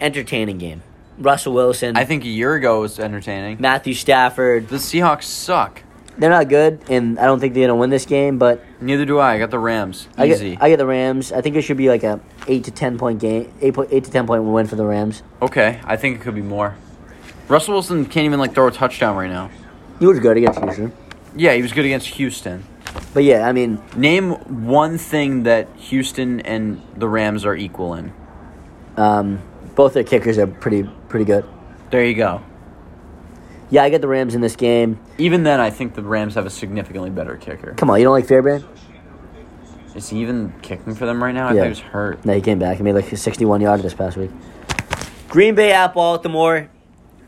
S2: Entertaining game. Russell Wilson,
S1: I think a year ago it was entertaining.
S2: Matthew Stafford.
S1: The Seahawks suck.
S2: They're not good, and I don't think they're gonna win this game. But
S1: Neither do I. I got the Rams.
S2: I
S1: Easy.
S2: get I get the Rams. I think it should be like a eight to ten point game, eight point eight to ten point win for the Rams.
S1: okay, I think it could be more. Russell Wilson can't even like throw a touchdown right now.
S2: He was good against Houston,
S1: Yeah, he was good against Houston.
S2: but yeah, I mean
S1: Name one thing that Houston and the Rams are equal in.
S2: Um, both their kickers are pretty pretty good.
S1: There you go.
S2: Yeah, I get the Rams in this game.
S1: Even then, I think the Rams have a significantly better kicker.
S2: Come on, you don't like Fairbairn?
S1: Is he even kicking for them right now? I
S2: Yeah.
S1: thought he was hurt.
S2: No, he came back. He made like a 61 yard this past week. Green Bay at Baltimore.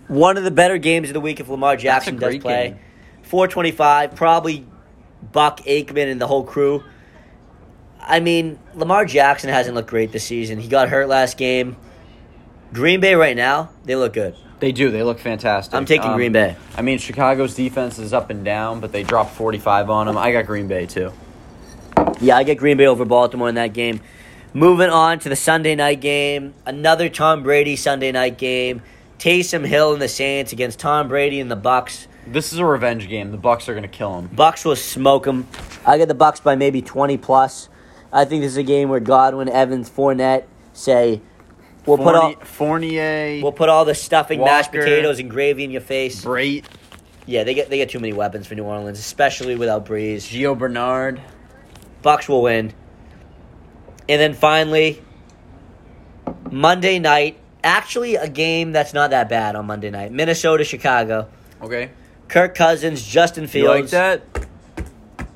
S2: One of the better games of the week if Lamar Jackson does
S1: great
S2: play.
S1: game.
S2: 425, probably Buck Aikman and the whole crew. I mean, Lamar Jackson hasn't looked great this season. He got hurt last game. Green Bay right now, they look good.
S1: They do. They look fantastic.
S2: I'm taking
S1: Um,
S2: Green Bay.
S1: I mean, Chicago's defense is up and down, but they dropped 45 on them. I got Green Bay too.
S2: Yeah, I get Green Bay over Baltimore in that game. Moving on to the Sunday night game, another Tom Brady Sunday night game. Taysom Hill and the Saints against Tom Brady and the Bucks.
S1: This is a revenge game. The Bucks are going to kill him.
S2: Bucks will smoke them. I get the Bucks by maybe twenty plus. I think this is a game where Godwin, Evans, Fournette say, "We'll put all
S1: Fournier, Fournier
S2: we'll put all the stuffing, mashed
S1: Walker.
S2: potatoes, and gravy in your face."
S1: Brait,
S2: Yeah, they get they get too many weapons for New Orleans, especially without Breeze.
S1: Gio Bernard.
S2: Bucks will win. And then finally, Monday night. Actually, a game that's not that bad on Monday night. Minnesota, Chicago.
S1: Okay.
S2: Kirk Cousins, Justin
S1: You like
S2: Fields.
S1: that?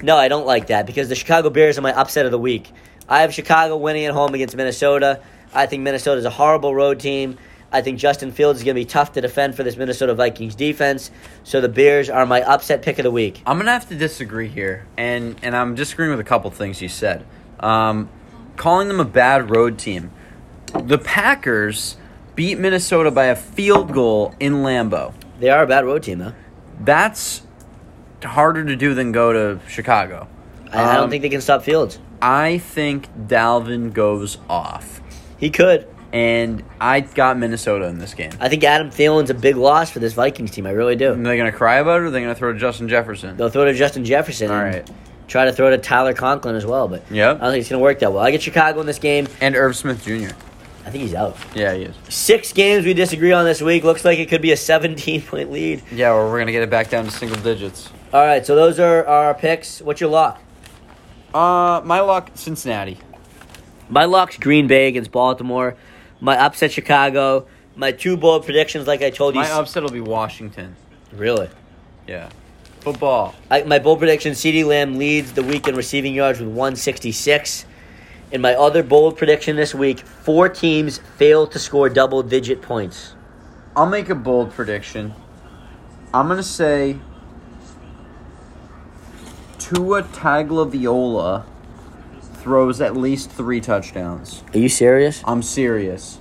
S2: No, I don't like that because the Chicago Bears are my upset of the week. I have Chicago winning at home against Minnesota. I think Minnesota's a horrible road team. I think Justin Fields is going to be tough to defend for this Minnesota Vikings defense. So the Bears are my upset pick of the week.
S1: I'm gonna have to disagree here, and and I'm disagreeing with a couple things you said. Um, calling them a bad road team. The Packers beat Minnesota by a field goal in Lambeau.
S2: They are a bad road team, though.
S1: That's harder to do than go to Chicago.
S2: I, I don't
S1: Um,
S2: think they can stop Fields.
S1: I think Dalvin goes off,
S2: He could.
S1: and I got Minnesota in this game.
S2: I think Adam Thielen's a big loss for this Vikings team. I really
S1: Are
S2: do.
S1: they gonna cry about it? Or are they gonna throw to Justin Jefferson?
S2: They'll throw to Justin Jefferson.
S1: All
S2: and
S1: right.
S2: Try to throw to Tyler Conklin as well, but
S1: Yep.
S2: I don't think it's going to work that well. I get Chicago in this game.
S1: Uh, And Irv Smith Jr.
S2: I think he's out.
S1: Yeah, he is.
S2: Six games we disagree on this week. Looks like it could be a 17 point lead.
S1: Yeah, well, we're gonna get it back down to single digits.
S2: All right, so those are our picks. What's your lock?
S1: Uh, my luck, Cincinnati.
S2: My luck's Green Bay against Baltimore. My upset Chicago. My two bold predictions, like I told you.
S1: My upset will be Washington.
S2: really?
S1: Yeah. Football.
S2: I, my bold prediction: Ceedee Lamb leads the week in receiving yards with 166. And my other bold prediction this week: four teams fail to score double-digit points.
S1: I'll make a bold prediction. I'm gonna say Tua Tagovailoa throws at least three touchdowns.
S2: Are you serious?
S1: I'm serious.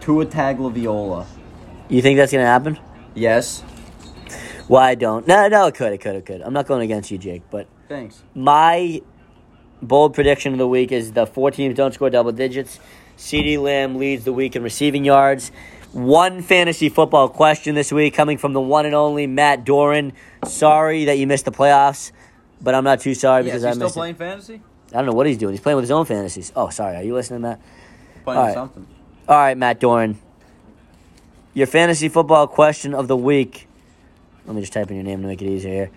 S1: Tua Tagovailoa.
S2: You think that's gonna happen?
S1: Yes.
S2: Why I don't? No, no, it could, it could, it could. I'm not going against you, Jake, but
S1: Thanks.
S2: my bold prediction of the week is the four teams don't score double digits. CD Lamb leads the week in receiving yards. One fantasy football question this week coming from the one and only Matt Doran. Sorry that you missed the playoffs, but I'm not too sorry
S1: Yes,
S2: because
S1: you
S2: I
S1: still
S2: missed. it.
S1: playing fantasy?
S2: I don't know what he's doing. He's playing with his own fantasies. Oh, sorry. Are you listening, Matt?
S1: Playing
S2: All right.
S1: something.
S2: All right, Matt Doran. Your fantasy football question of the week. Let me just type in your name to make it easier here.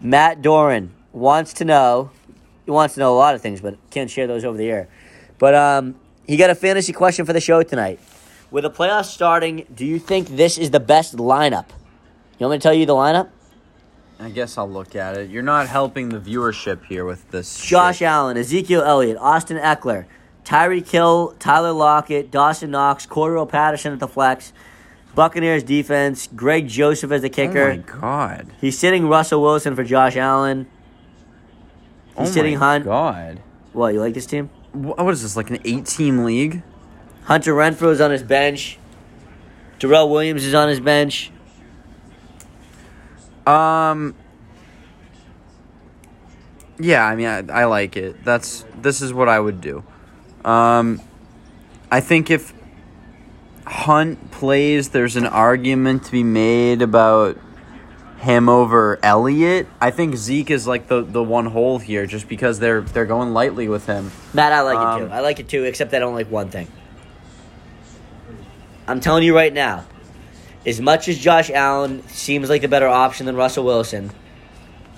S2: Matt Doran wants to know. He wants to know a lot of things, but can't share those over the air. But um, he got a fantasy question for the show tonight. With the playoffs starting, do you think this is the best lineup? You want me to tell you the lineup?
S1: I guess I'll look at it. You're not helping the viewership here with this.
S2: Josh
S1: shit.
S2: Allen, Ezekiel Elliott, Austin Eckler, Tyree Kill, Tyler Lockett, Dawson Knox, Cordero Patterson at the flex, Buccaneers defense, Greg Joseph as the
S1: Oh my
S2: kicker.
S1: god.
S2: He's sitting Russell Wilson for Josh Allen.
S1: oh
S2: He's sitting
S1: my
S2: Hunt.
S1: God.
S2: What, you like this team?
S1: Wh- What is this like an eight-team league?
S2: Hunter Renfro's on his bench. Darrell Williams is on his bench.
S1: Um. Yeah, I mean, I, I like it. That's this is what I would do. Um, I think if Hunt plays, there's an argument to be made about him over Elliott. I think Zeke is like the, the one hole here, just because they're they're going lightly with him.
S2: Matt, I like it
S1: Um,
S2: too. I like it too, except I don't like one thing. I'm telling you right now, as much as Josh Allen seems like the better option than Russell Wilson,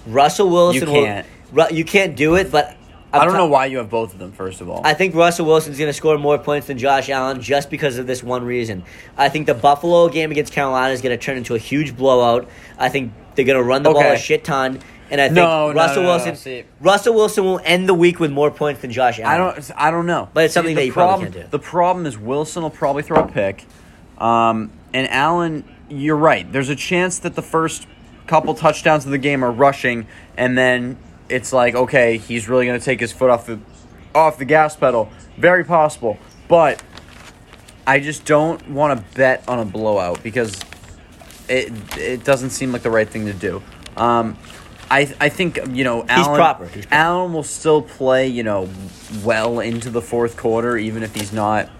S2: Russell Wilson
S1: can't.
S2: will. Ru- you can't do it, but I'm
S1: I don't
S2: tell-
S1: know why you have both of them. First of all,
S2: I think Russell Wilson's going to score more points than Josh Allen just because of this one reason. I think the Buffalo game against Carolina is going to turn into a huge blowout. I think they're going to run the ball a
S1: Okay.
S2: shit ton, and I think
S1: No, no,
S2: Russell
S1: no, no, no,
S2: Wilson
S1: see.
S2: Russell Wilson will end the week with more points than Josh Allen.
S1: I don't. I don't know.
S2: But it's something
S1: the
S2: that you probably
S1: problem-
S2: can't do.
S1: The problem is Wilson will probably throw a pick, um, and Allen. You're right. There's a chance that the first couple touchdowns of the game are rushing, and then it's like, okay, he's really going to take his foot off the off the gas pedal. Very possible, but I just don't want to bet on a blowout because it it doesn't seem like the right thing to do. Um, I I think you know Allen,
S2: proper. He's proper.
S1: Allen will still play you know well into the fourth quarter even if he's not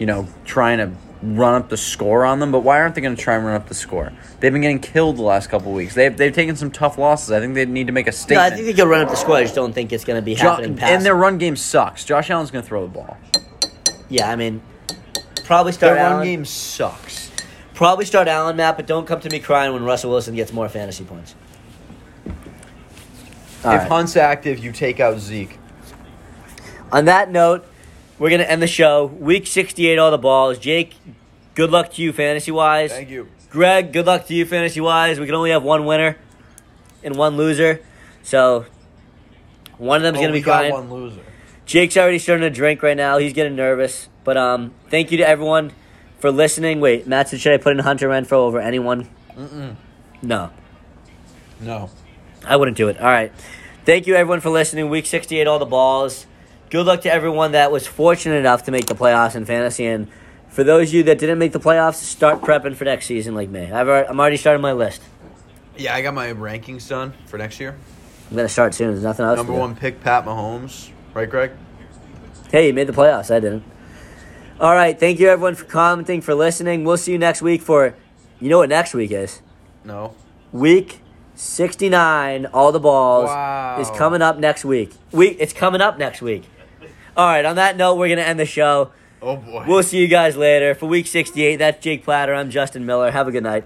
S1: you know trying to run up the score on them. But why aren't they going to try and run up the score? They've been getting killed the last couple weeks. They've they've taken some tough losses. I think they need to make a
S2: No, I
S1: statement.
S2: think they can run up the score. I just don't think it's going to be
S1: Jo-
S2: happening. Past.
S1: and their run game sucks. Josh Allen's going to throw the ball.
S2: yeah, I mean, probably
S1: Their
S2: start
S1: run
S2: Allen.
S1: game sucks.
S2: Probably start Allen, Matt, but don't come to me crying when Russell Wilson gets more fantasy points. All
S1: if
S2: right.
S1: Hunt's active, you take out Zeke.
S2: On that note, we're going to end the show. Week 68, all the balls. Jake, good luck to you fantasy wise.
S1: Thank you.
S2: Greg, good luck to you fantasy wise. We can only have one winner and one loser. So one of them's going to be crying.
S1: Oh, one loser.
S2: Jake's already starting to drink right now. He's getting nervous. But um, thank you to everyone for listening. Wait, Matt, said, should I put in Hunter Renfro over anyone? Mm-mm. No,
S1: No.
S2: I wouldn't do it. All right. Thank you, everyone, for listening. Week 68, all the balls. Good luck to everyone that was fortunate enough to make the playoffs in fantasy. And for those of you that didn't make the playoffs, start prepping for next season like me. I've already, I'm already starting my list.
S1: Yeah, I got my rankings done for next year.
S2: I'm going to start soon. There's nothing else.
S1: Number
S2: to do.
S1: one pick, Pat Mahomes. Right, Greg?
S2: Hey, you made the playoffs. I didn't. All right. Thank you, everyone, for commenting, for listening. We'll see you next week for, you know what next week is?
S1: No.
S2: Week 69, All the Balls,
S1: Wow.
S2: is coming up next week. Week It's coming up next week. All right. On that note, we're going to end the show.
S1: Oh boy.
S2: We'll see you guys later. For week 68, that's Jake Platter. I'm Justin Miller. Have a good night.